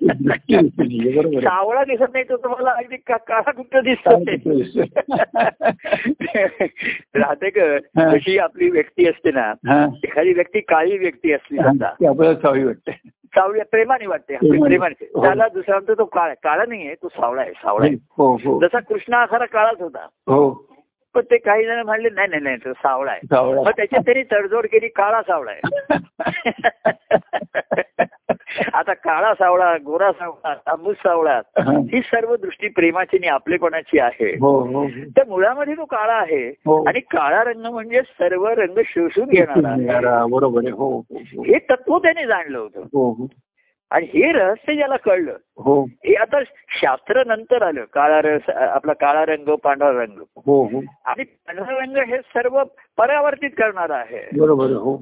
बरोबर आहे. सावळा दिसत नाही तो तुम्हाला अगदी का- काळा कुठं काय दिसत करतोय? राहते का हा. जशी आपली व्यक्ती असते ना हा. एखादी व्यक्ती काळी व्यक्ती असली समजा ते आपल्याला सवय वाटते सावळ्या प्रेमाने वाटते प्रेमाने. प्रेमाने हो. त्याला दुसरा म्हणतो तो काळा काळा नाहीये तो सावळा आहे सावळा आहे हो हो जसा कृष्णा खरा काळाच होता हो पण ते काही जण म्हणले नाही नाही नाही तो सावळा आहे सावळा मग त्याच्यात त्यांनी तडजोड केली काळा सावळा आहे आता काळा सावळा गोरा सावळा तांबूस सावळा हा. ही सर्व दृष्टी प्रेमाची आणि आपलेपणाची आहे हो हो तर मुळामध्ये तो काळा आहे हो. आणि काळा रंग म्हणजे सर्व रंग शोषून घेणारा आहे. येणारा, बरोबर आहे हो हो, हो. हे तत्व त्याने जाणलं होतं हो हो आणि हे रहस्य ज्याला कळलं हो हे आता शास्त्र नंतर आलं काळा रस आपला काळा रंग पांढरा रंग हो हो आणि पांढरा रंग हे सर्व परावर्तित करणार आहे बरोबर आहे, हो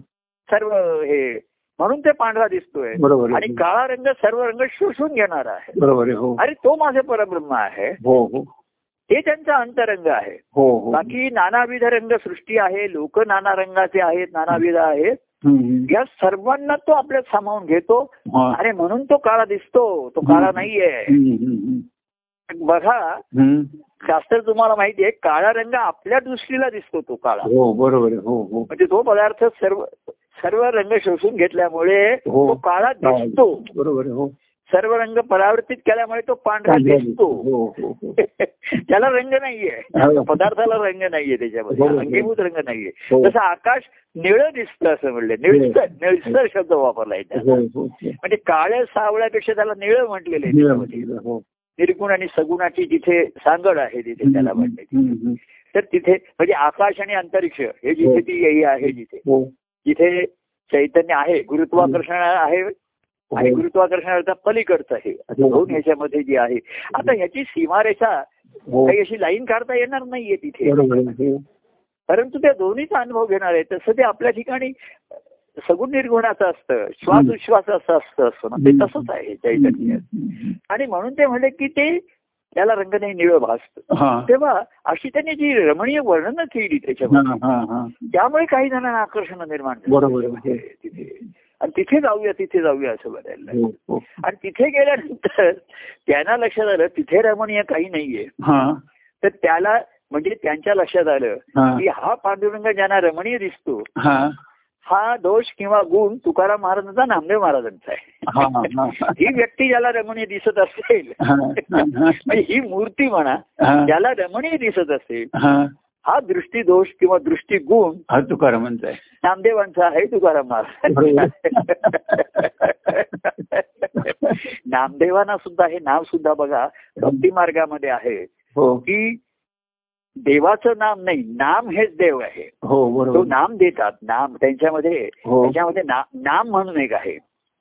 सर्व हे म्हणून ते पांढरा दिसतोय बरोबर आहे. आणि काळा रंग सर्व रंग शोषून घेणार आहे बरोबर आहे, हो अरे तो माझे परब्रह्म आहे हो हो हे त्यांचा अंतरंग आहे हो हो बाकी नानाविध रंग सृष्टी आहे लोक नाना रंगाचे आहेत नानाविध आहेत हम्म, हम्म. या सर्वांना तो आपल्यात सामावून घेतो हा. अरे म्हणून तो काळा दिसतो तो काळा नाहीये हम्म, हम्म, बघा हम्म. शास्त्र तुम्हाला माहितीये काळा रंग आपल्या दृष्टीला दिसतो तो काळा हो बरोबर आहे, हो हो म्हणजे तो पदार्थ सर्व सर्व रंग शोषून घेतल्यामुळे हो. तो काळा दिसतो बरोबर आहे, हो सर्व रंग परावर्तित केल्यामुळे तो पांढरा चांगला दिसतो. दिसतो हो हो हो त्याला रंग नाहीये हो. पदार्थाला रंग नाहीये त्याच्यामध्ये बरोबर. अंगीभूत रंग नाहीये हो. जसं आकाश निळं दिसतं असं म्हणलं निळसर निळसर शब्द वापरला इथे हो, हो. म्हणजे काळ्या सावळ्यापेक्षा त्याला निळं म्हटलेलं आहे निळं म्हटलेलं, हो. निर्गुण आणि सगुणाची जिथे सांगड आहे तिथे त्याला हम्म, म्हटले हम्म, हम्म. तर तिथे म्हणजे आकाश आणि अंतरिक्ष हे हो. जिथे ती यही आहे जिथे हो जिथे चैतन्य आहे गुरुत्वाकर्षण आहे आणि हो. गुरुत्वाकर्षणाचा पलीकडचं हे असं हो. दोन ह्याच्यामध्ये जे आहे आता ह्याची सीमारेषा हो काही अशी लाईन काढता येणार नाहीये तिथे बरोबर आहे, हो परंतु त्या दोन्हीचा अनुभव घेणार आहे तसं ते आपल्या ठिकाणी सगुण निर्गुणाचं असतं श्वास उश्वासाचं असतं असं ना. ते हम्म. तसंच आहे चैतन्य हम्म. आणि म्हणून ते म्हणले की ते त्याला रंग नाही निळ भासत हा तेव्हा अशी त्यांनी जी रमणीय वर्णन केली हा त्याच्यामध्ये हा हा त्यामुळे काही जणांना आकर्षण निर्माण झालं. बरोबर आहे, तिथे आणि तिथे जाऊया तिथे जाऊया असं बघायला हो हो आणि तिथे गेल्यानंतर त्यांना लक्षात आलं तिथे रमणीय काही नाहीये हा तर त्याला म्हणजे त्यांच्या लक्षात आलं हा की हा पांडुरंग ज्यांना रमणीय दिसतो हा हा दोष किंवा गुण तुकाराम महाराजांचा नामदेव महाराजांचा आहे हा हा हा ही व्यक्ती ज्याला रमणीय दिसत असेल म्हणजे ही मूर्ती म्हणा हा ज्याला रमणीय दिसत असेल हा हा दृष्टीदोष किंवा दृष्टिगुण हा तुकाराम म्हणताय नामदेवांचा आहे तुकाराम महाराज नामदेवांना सुद्धा हे नाव सुद्धा बघा भक्ती मार्गामध्ये आहे हो की देवाचं नाम नाही नाम हेच देव आहे हो तो बरोबर नाम देतात नाम त्यांच्यामध्ये हो त्याच्यामध्ये ना- नाम म्हणून एक आहे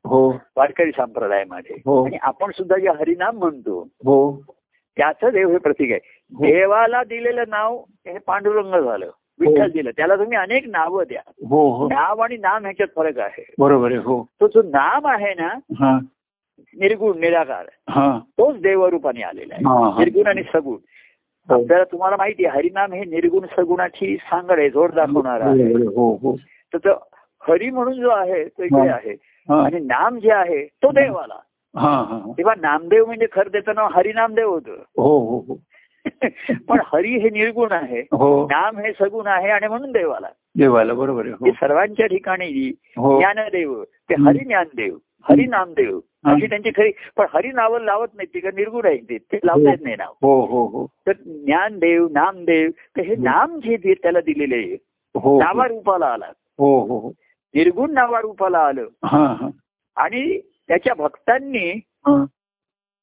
हो वारकरी संप्रदायामध्ये हो. आणि आपण सुद्धा जे हरिनाम म्हणतो हो त्याचं देव हे प्रतीक आहे देवाला दिलेलं नाव हे पांडुरंग झालं विठ्ठल दिलं त्याला तुम्ही अनेक नावं द्या हो हो नाव आणि नाम ह्याच्यात फरक आहे बरोबर आहे हो तो जो नाम आहे ना हा निर्गुण निराकार हा तोच देवरूपाने आलेला हा, हा. आहे निर्गुण आणि सगुण हो. आपल्याला तुम्हाला माहिती आहे हरिनाम हे निर्गुण सगुणाची सांगड आहे जोड दाखवणार आहे बरोबर आहे, हो हो तर तो हरी म्हणून जो आहे तो इकडे हा. आहे हा आणि नाम जे आहे तो देवाला हा हा हा. तेव्हा नामदेव म्हणजे खरं त्याचं नाव हरिनाम देव होतं हो हो हो पण हरी हे निर्गुण आहे हो नाम हे सगुण आहे आणि म्हणून देवाला देवाला बरोबर आहे हे सर्वांच्या ठिकाणी जी हो हो ज्ञानदेव ते हं. हरिज्ञानदेव हरिनामदेव हं. अशी त्यांची खरी पण हरी नावं लावत नाही ती का निर्गुण आहे ते ते लावता येत नाही नाव हो हो हो तर ज्ञानदेव नामदेव तर हे नाम जे दे- त्याला दिलेले आहे हो नावारूपाला आला हो हो हो निर्गुण नावारूपाला आलं हा हा आणि त्याच्या भक्तांनी हा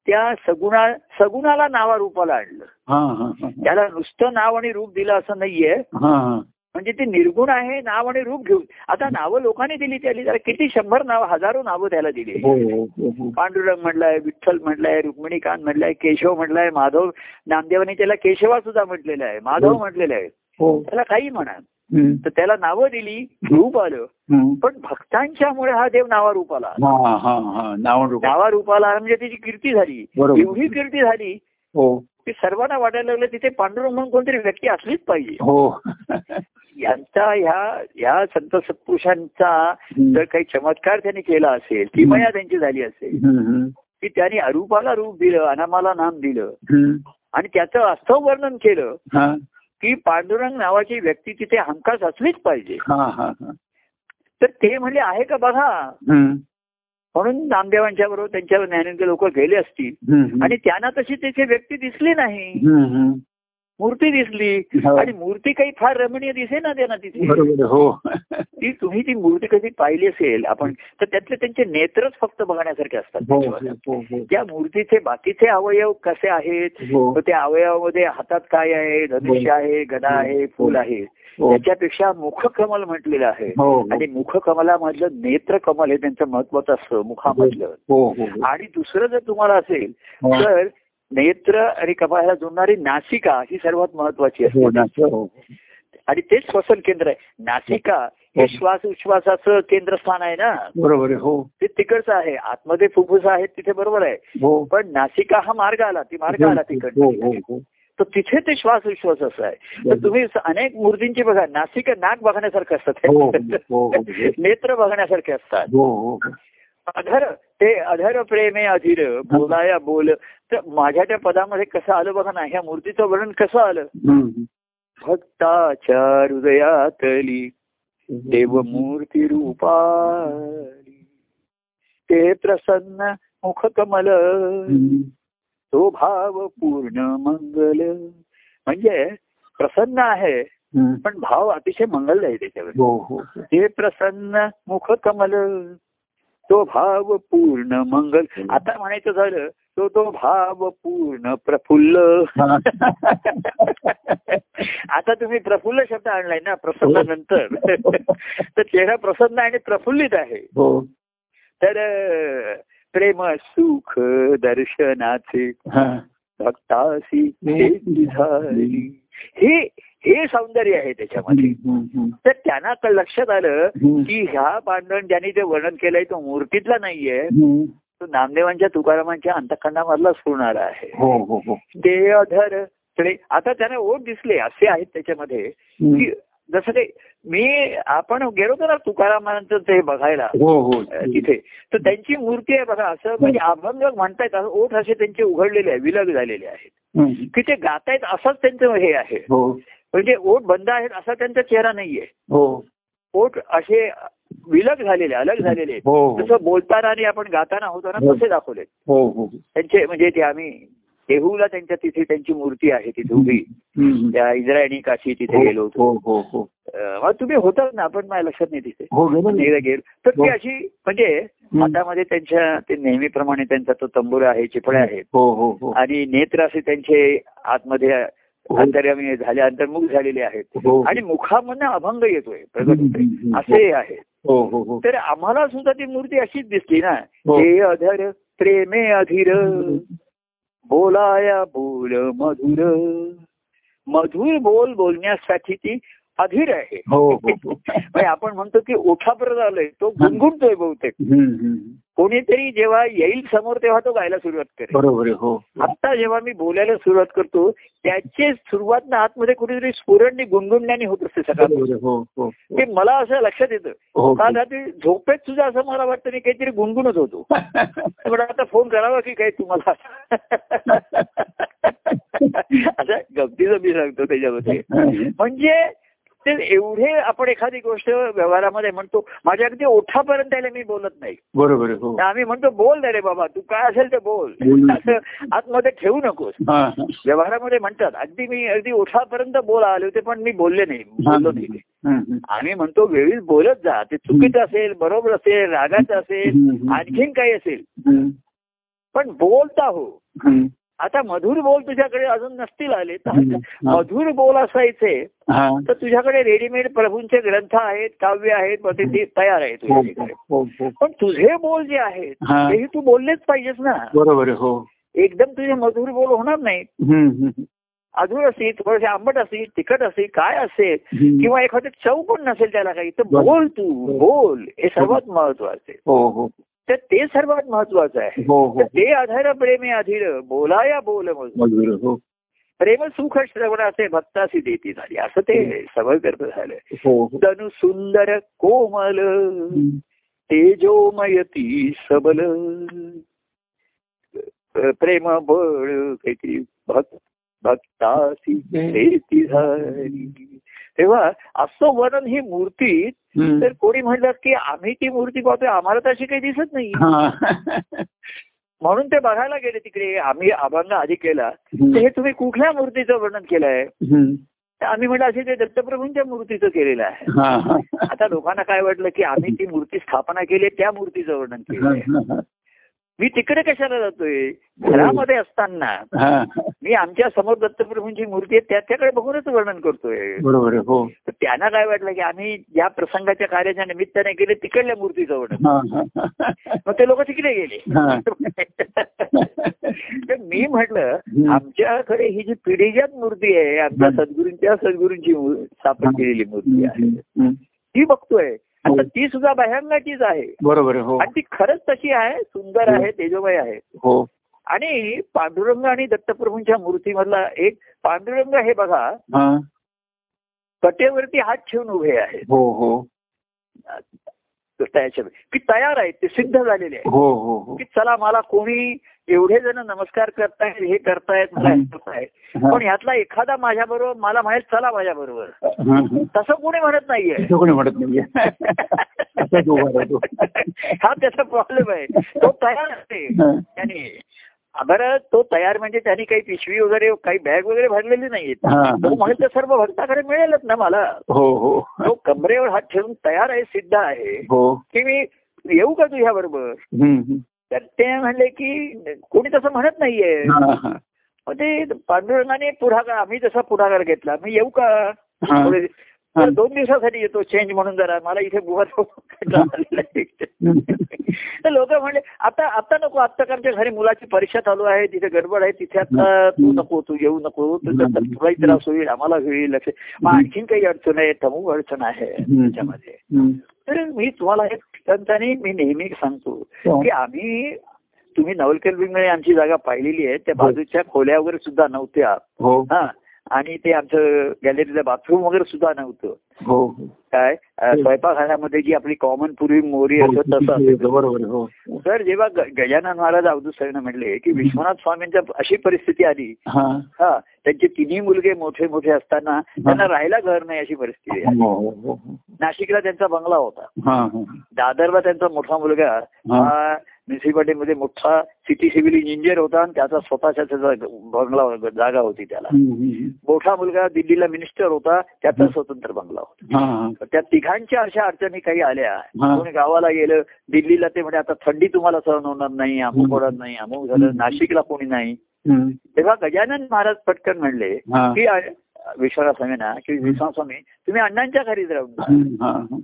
त्या सगुणा सगुणाला नावारूपाला आणलं हा हा हा त्याला नुसतं नाव आणि रूप दिलं असं नाहीये हा हा म्हणजे ते निर्गुण आहे नाव आणि रूप घेऊन आता नावं लोकांनी दिली त्याला त्याला किती शंभर नाव हजारो नावं त्याला दिली हो हो हो हो पांडुरंग म्हटलंय विठ्ठल म्हटलंय रुक्मिणीकांत म्हटलंय केशव म्हटलंय माधव नामदेवाने त्याला केशवा सुद्धा म्हटलेलं आहे माधव हो. म्हटलेलं आहे हो त्याला काही म्हणा हम्म, तर त्याला नावं दिली रूप आलं हम्म. पण भक्तांच्यामुळे हा देव नावारूपाला आला. हा हा हा नावरूप नावारूपाला आला म्हणजे त्याची कीर्ती झाली बरोबर. एवढी कीर्ती झाली हो की सर्वांना वाटायला लागलं तिथे पांडुरंग म्हणून कोणतरी व्यक्ती असलीच पाहिजे हो यांचा ह्या ह्या संत सत्पुरुषांचा जर हम्म, काही चमत्कार त्यांनी केला असेल किमया त्यांची झाली असेल हम्म, की त्यांनी अरूपाला रूप दिलं अनामाला नाम दिलं हम्म. आणि त्याचं वास्तव वर्णन केलं हा की पांडुरंग नावाची व्यक्ती तिथे हमखास असलीच पाहिजे हा हा हा तर ते म्हणले आहे का बघा हम्म, म्हणून नामदेवांच्या बरोबर त्यांच्या ज्ञानेंद्र लोक गेले असतील हम्म, आणि त्यांना तशी तिथे व्यक्ती दिसली नाही हम्म, हम्म. मूर्ती दिसली हो. आणि मूर्ती काही फार रमणीय दिसे ना त्यांना तिथे बरोबर हो ती तुम्ही ती मूर्ती कधी पाहिली असेल आपण तर त्यातले त्यांचे नेत्रच फक्त बघण्यासारखे असतात हो त्याच्यावर. हो हो त्या मूर्तीचे बाकीचे अवयव कसे आहेत हो मग त्या अवयवामध्ये हातात काय आहे धनुष्य आहे गदा आहे फूल आहे हो. त्याच्यापेक्षा मुख कमल म्हटलेलं आहे हो, हो. आणि मुख कमलामधलं नेत्र कमल हे त्यांचं महत्वाचं असतं मुखामधलं हो हो हो. आणि दुसरं जर तुम्हाला असेल हो. तर नेत्र आणि कपाळाला जोडणारी नासिका ही सर्वात महत्वाची असते हो, नाचं, हो. आणि तेच श्वसन केंद्र आहे नासिका हो. हे श्वास उच्छ्वासाचं केंद्रस्थान आहे ना बरोबर आहे, हो ते तिकडचं आहे आतमध्ये फुफ्फुस आहेत तिथे बरोबर आहे हो पण नासिका हा मार्ग आला ती मार्ग आला हो हो तिकडनं हो तर तिथे ते श्वास विश्वास असं आहे तर तुम्ही स- अनेक मूर्तींची बघा नासिक नाक बघण्यासारखं हो, हो, हो, असतात हो. नेत्र बघण्यासारखे असतात हो हो अधर ते अधर प्रेमे अधीर बोलाया बोल तर माझ्या त्या पदामध्ये कसं आलं बघा ना ह्या मूर्तीचं वर्णन कसं आलं हम्म. भक्ताच्या हृदयातली देवमूर्ती रूपा ते प्रसन्न मुख कमल हम्म. तो भाव पूर्ण मंगल म्हणजे प्रसन्न आहे हम्म. पण भाव अतिशय मंगल आहे त्याच्यावर हो हो हो. हे प्रसन्न मुख कमल तो भाव पूर्ण मंगल आता म्हणायचं झालं तो तो भाव पूर्ण प्रफुल्ल हा. आता तुम्ही प्रफुल्ल शब्द आणलाय ना प्रसन्नानंतर तर चेहरा प्रसन्न आणि प्रफुल्लित आहे हो तर अं, प्रेम सुख दर्शनाचे हा. भक्तासी सेती झाली. हे हे सौंदर्य आहे त्याच्यामध्ये हम्म, हम्म. तर त्यांना क- लक्षात आलं हम्म. की ह्या पांडवन ज्यांनी ते वर्णन केलंय तो मूर्तीतला नाहीये हम्म. तो नामदेवांच्या तुकारामांच्या अंतखंडामधलाच होणारा आहे हो हो हो ते अधर तळे- आता त्यांना ओढ दिसले असे आहेत त्याच्यामध्ये हम्म. की जसं काही मी आपण गेलो होतो ना तुकारामांचं ते बघायला हो हो अ, तिथे तर त्यांची मूर्ती आहे बघा असं म्हणजे अभंग म्हणतायत असं ओठ असे त्यांचे उघडलेले आहे विलग झालेले आहेत हम्म. की ते गातायत असंच त्यांचं हे आहे हो म्हणजे ओठ बंद आहेत असा त्यांचा चेहरा नाहीये हो ओठ असे विलग झालेले अलग झालेले आहेत. हो हो जसं बोलताना आणि आपण गाताना होतो ना हो. तसे दाखवले हो हो त्यांचे म्हणजे ते आम्ही देहूला त्यांच्या तिथे त्यांची मूर्ती आहे तिथे उभी हम्म. त्या इंद्रायणी काशी तिथे गेलो होतो हो हो हो अं, मग तुम्ही होतात ना आपण माझ्या लक्षात नाही तिथे हो गेलो ना. नेहरा गेलो तर ती हो. अशी म्हणजे हम्म. हातामध्ये त्यांच्या ते नेहमीप्रमाणे त्यांचा तो तंबोरा आहे चिपळ्या आहेत हो हो हो आणि नेत्र असे त्यांचे आतमध्ये अंतर्यामी झाले अंतर्मुख झालेले आहेत हो आणि मुखामधनं अभंग येतोय प्रगट हम्म, होतोय हम्म, हम्म. असे आहे हो हो हो तर आम्हाला सुद्धा ती मूर्ती अशीच दिसली ना हो. हे अधर प्रेमे अधीर बोलाया बोल मधुर मधुर बोल बोलण्यासाठी ती अधीर आहे हो हो हो म्हणजे आपण म्हणतो की ओठापर्यंत आलोय तो गुणगुणतोय बहुतेक हम्म, हम्म. कोणीतरी जेव्हा येईल समोर तेव्हा तो गायला सुरुवात करेल बरोबर आहे हो आता जेव्हा मी बोलायला सुरुवात करतो त्याची सुरुवात ना आतमध्ये कुठेतरी स्फुरणी गुणगुणण्याने होत असते सकाळ बरोबर आहे. हो हो ते मला असं लक्षात येतं हो काल रात्री झोपेत सुद्धा असं मला वाटतं मी काहीतरी गुणगुणत होतो पण आता फोन करावा की काय तुम्हाला असं गमतीचं मी सांगतो त्याच्यामध्ये হ্যাঁ, म्हणजे ते एवढे आपण एखादी गोष्ट व्यवहारामध्ये म्हणतो माझ्या अगदी ओठापर्यंत यायला मी बोलत नाही बरोबर आहे. हो तर आम्ही म्हणतो बोल ना रे बाबा तू काय असेल ते बोल बोल. असं आतमध्ये ठेवू नकोस हा, हा. व्यवहारामध्ये म्हणतात अगदी मी अगदी ओठापर्यंत बोल आले होते पण मी बोलले नाही बोललो नाही ते. हम्म, आम्ही म्हणतो वेळीच बोलत जा ते चुकीचं असेल बरोबर असेल रागाचं असेल आणखीन काही असेल हम्म, पण बोलता हो हम्म. आता मधुर बोल तुझ्याकडे अजून नसतील आले तर हम्म. हरकत- मधुर बोल असायचे हा. तर तुझ्याकडे रेडीमेड प्रभूंचे ग्रंथ आहेत काव्य आहेत मग ते ते तयार आहे हो तुझ्याकडे हो हो पण तुझे बोल जे आहेत हा. तेही तू बोललेच पाहिजेस ना बरोबर आहे. हो एकदम तुझे मधुर बोल होणार नाही हम्म, हम्म, अधूर असतील थोडेसे आंबट असतील तिखट असतील काय असेल हम्म. किंवा एखादं चव पण नसेल त्याला काही तर बरोबर. बोल तू बोल हे सर्वात महत्वाचे हो हो तर ते सर्वात महत्वाचं आहे हो तर हो ते आधार प्रेमे अधीर बोलाया बोल मजूर बरोबर आहे. हो प्रेम सुख श्रवणाचे भक्तासी देती झाली असं ते सवय करत झालं हो हो तनु सुंदर कोमल हम्म. तेजोमयती सबल अ, प्रेम बळ काहीतरी भक्त भक्तासी देती झाली तेव्हा असं वर्णन ही मूर्ती हम्म. হ্যাঁ। तर कोणी म्हणलं की आम्ही ती मूर्ती पाहतोय आम्हाला तशी काही दिसत नाही हा. म्हणून ते बघायला गेले तिकडे आम्ही अभंग आधी केला तर हे हम्म. तुम्ही कुठल्या मूर्तीचं वर्णन केलंय हम्म. तर आम्ही म्हटलं असे ते दत्तप्रभूंच्या मूर्तीचं केलेलं आहे हा, हा. आता लोकांना काय वाटलं की आम्ही ती मूर्ती स्थापना केली त्या मूर्तीचं वर्णन हा, केलं हा. मी तिकडे कशाला जातोय घरामध्ये असताना हा, हा. मी आमच्या समोर दत्तप्रभूंची मूर्ती आहे त्याच्याकडे बघूनच वर्णन करतोय बरोबर आहे हो तर त्यांना काय वाटलं की आम्ही ज्या प्रसंगाच्या कार्याच्या निमित्ताने गेले तिकडल्या मूर्तीचं वर्णन हा, हा, हा. मग ते लोक तिकडे गेले हा. तर मी म्हटलं हम्म. आमच्याकडे ही जी पिढीजात मूर्ती आहे आमच्या हम्म. सद्गुरूंच्या सद्गुरूंची मू- स्थापन हम्म. केलेली मूर्ती आहे हम्म. ती बघतोय आता हो. ती सुद्धा भयंगाचीच आहे बरोबर आहे हो आणि ती खरंच तशी आहे सुंदर आहे तेजोमय आहे हो आणि पांडुरंग आणि दत्तप्रभूंच्या मूर्तीमधला एक पांडुरंग हे बघा हा कटेवरती हात ठेवून उभे आहेत हो हो तर त्याच्या की तयार आहेत ते सिद्ध झालेले आहेत हो हो हो की चला मला कोणी एवढे जण नमस्कार करतायत हे करतायत मला हे हं. करतायत हा. पण यातला एखादा माझ्या बरोबर मला म्हणेल चला माझ्या बरोबर हा, हा. तसं कोणी म्हणत नाहीये असं कोणी म्हणत नाहीये असंच उभा राहतो हा त्याचा प्रॉब्लेम आहे तो तयार असते हा. त्याने बरं तो तयार म्हणजे त्यांनी काही पिशवी वगैरे काही बॅग वगैरे भरलेली नाहीये हा, तो हा. म्हणेल तर सर्व भक्ताकडे मिळेलच ना मला हो हो तो कमरेवर हात ठेवून तयार आहे सिद्ध आहे हो की मी येऊ का तुझ्या बरोबर हम्म, हम्म. तर ते म्हणले की कोणी तसं म्हणत नाहीये हा, हा. मग ते पांडुरंगाने पुढाकार आम्ही जसा पुढाकार घेतला मी येऊ का हा. थोडे- तर दोन दिवसासाठी येतो चेंज म्हणून जरा मला इथे गुवाहाटी तर लोक म्हणले आता आता नको आता का आमच्या घरी मुलाची परीक्षा चालू आहे तिथे गडबड आहे तिथे आता तू नको तू येऊ नको तुझं तर तुलाही त्रास होईल आम्हाला होईल लक्ष मग आणखीन काही अडचण आहे तमूक अडचण आहे त्याच्यामध्ये हम्म. तर मी तुम्हाला एक ठिकाणतानी मी नेहमी सांगतो हो. की आम्ही तुम्ही नवलकलबिंगमध्ये आमची जागा पाहिलेली आहे त्या बाजूच्या खोल्या वगैरे सुद्धा नव्हत्या हो हा आणि ते आमचं गॅलरीला बाथरूम वगैरे सुद्धा नव्हतं हो काय अ, स्वयंपाकघरामध्ये जी आपली कॉमन पूर्वी मोरी हो. असत तसं असत. बरोबर आहे, हो तर जेव्हा ग- गजानन महाराज अवधूत सरण म्हणले की विश्वनाथ स्वामींच्या अशी परिस्थिती आली हा हा त्यांचे तिन्ही मुलगे मोठे मोठे असताना त्यांना राहायला घर नाही अशी परिस्थिती आली. हो हो हो नाशिकला त्यांचा बंगला होता हा हा दादरला त्यांचा मोठा मुलगा हा. हा municipality मध्ये मोठा सिटी सिव्हिल इंजिनियर होता आणि त्याचा स्वतःचा त्याचा बंगला होता, जागा होती त्याला हम्म, हम्म. मोठा मुलगा दिल्लीला मिनिस्टर होता त्याचा स्वतंत्र बंगला होता हा, हा. तर त्या तिघांच्या अशा अडचणी काही आल्या हा. कोणी गावाला गेलं दिल्लीला ते म्हणजे आता थंडी तुम्हाला सहन होणार नाही अमुक हम्म. होणार नाही अमुक झालं हम्म. नाशिकला कोणी नाही हम्म. तेव्हा गजानन महाराज पटकन म्हणले हा. की अ- विश्वनाथ स्वामींना की हम्म. विश्वनाथ स्वामी तुम्ही अण्णांच्या घरी राहून जा. हम्म, हा, हा.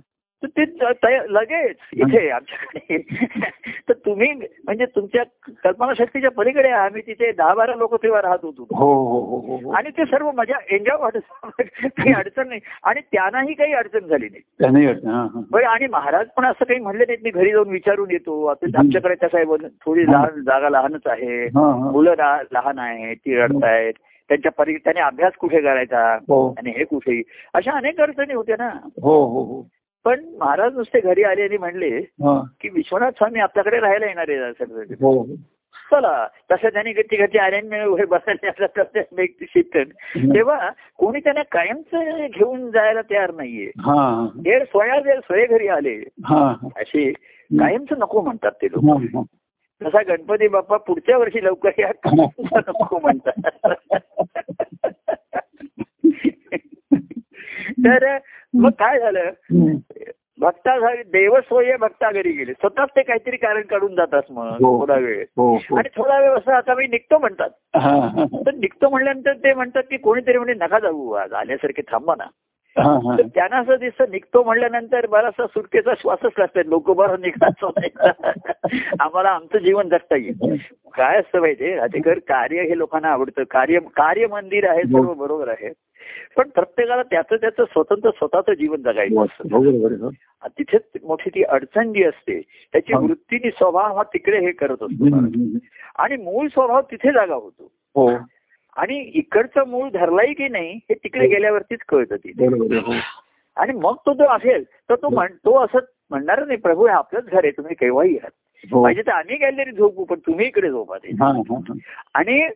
तर ते त- तय- लगेच इथे आमच्याकडे तर तुम्ही म्हणजे तुमच्या कल्पनाशक्तीच्या पलीकडे आहे. आम्ही तिथे दहा बारा लोक तेव्हा राहत होतो हो हो हो हो, हो आणि ते सर्व मजा एन्जॉय वाटत काही अडचण नाही आणि त्यांनाही काही अडचण झाली नाही त्यांनाही वाटतं, हा, हा. बरं आणि महाराज पण असं काही म्हणले नाहीत मी घरी जाऊन विचारून येतो आता हम्म. आमच्याकडे कसं आहे बोल- थोडी हा. लहान जागा लहानच आहे हा, हा. मुलं लहा- लहान आहेत ती रडतायत त्यांच्या परी त्याने अभ्यास कुठे करायचा हो आणि हे कुठे अशा अनेक अडचणी होत्या ना हो हो हो पण महाराज नुसते घरी आले आणि म्हणले हा. की विश्वनाथ स्वामी आपल्याकडे राहायला येणार आहे सगळं. हो चला तसं त्यांनी तिकडचे अरेंजमेंट वगैरे बसायचे शिक्षण तेव्हा कोणी त्यांना कायमच घेऊन जायला तयार नाहीये हा देर सोया देर सोये घरी आले हा हा. असे कायमच नको म्हणतात ते लोक हा, हा. जसा गणपती बाप्पा पुढच्या वर्षी लवकर या कायमचा नको म्हणतात तर मग काय झालं हम्म. भक्ता घरी देवस्वय भक्ता घरी गेले स्वतःच ते काहीतरी कारण काढून जातात मग हो. थोडा वेळ हो हो आणि थोडा वेळ असं आता मी निघतो म्हणतात हा, हा, तर निघतो म्हणल्यानंतर ते म्हणतात की कोणीतरी म्हणजे नका जाऊ आज आल्यासारखे थांबा ना हा, हा. तर त्यांना असं दिसतं निघतो म्हणल्यानंतर बराचसा सुटकेचा श्वासच लागतात लोक बरं निघतात आम्हाला आमचं जीवन जगता येईल काय असतं माहितीये राजेकर कार्य हे लोकांना आवडतं कार्य कार्य मंदिर आहे सर्व हो. बरोबर आहे पण प्रत्येकाला त्याचं त्याचं स्वतंत्र स्वतःचं जीवन जगायचं हो, असतं बरोबर आहे, हो. आणि तिथेच मोठी ती अडचण जी असते त्याची हा. वृत्तीने स्वभाव हा तिकडे हे करत हम्म, असतो हम्म. आणि मूळ स्वभाव तिथे जागा होतो हो आणि इकडचा मूळ धरलाही की नाही हे तिकडे गेल्यावरतीच कळतं तिथे बरोबर आहे, आणि मग तो जो असेल तर तो म्हण तो असं म्हणणार नाही प्रभू हे आपलंच घर आहे तुम्ही केव्हाही या हो हो पाहिजे तर आम्ही गॅलरी झोपू पण तुम्ही इकडे झोपा ते हा, हा, हा. आणि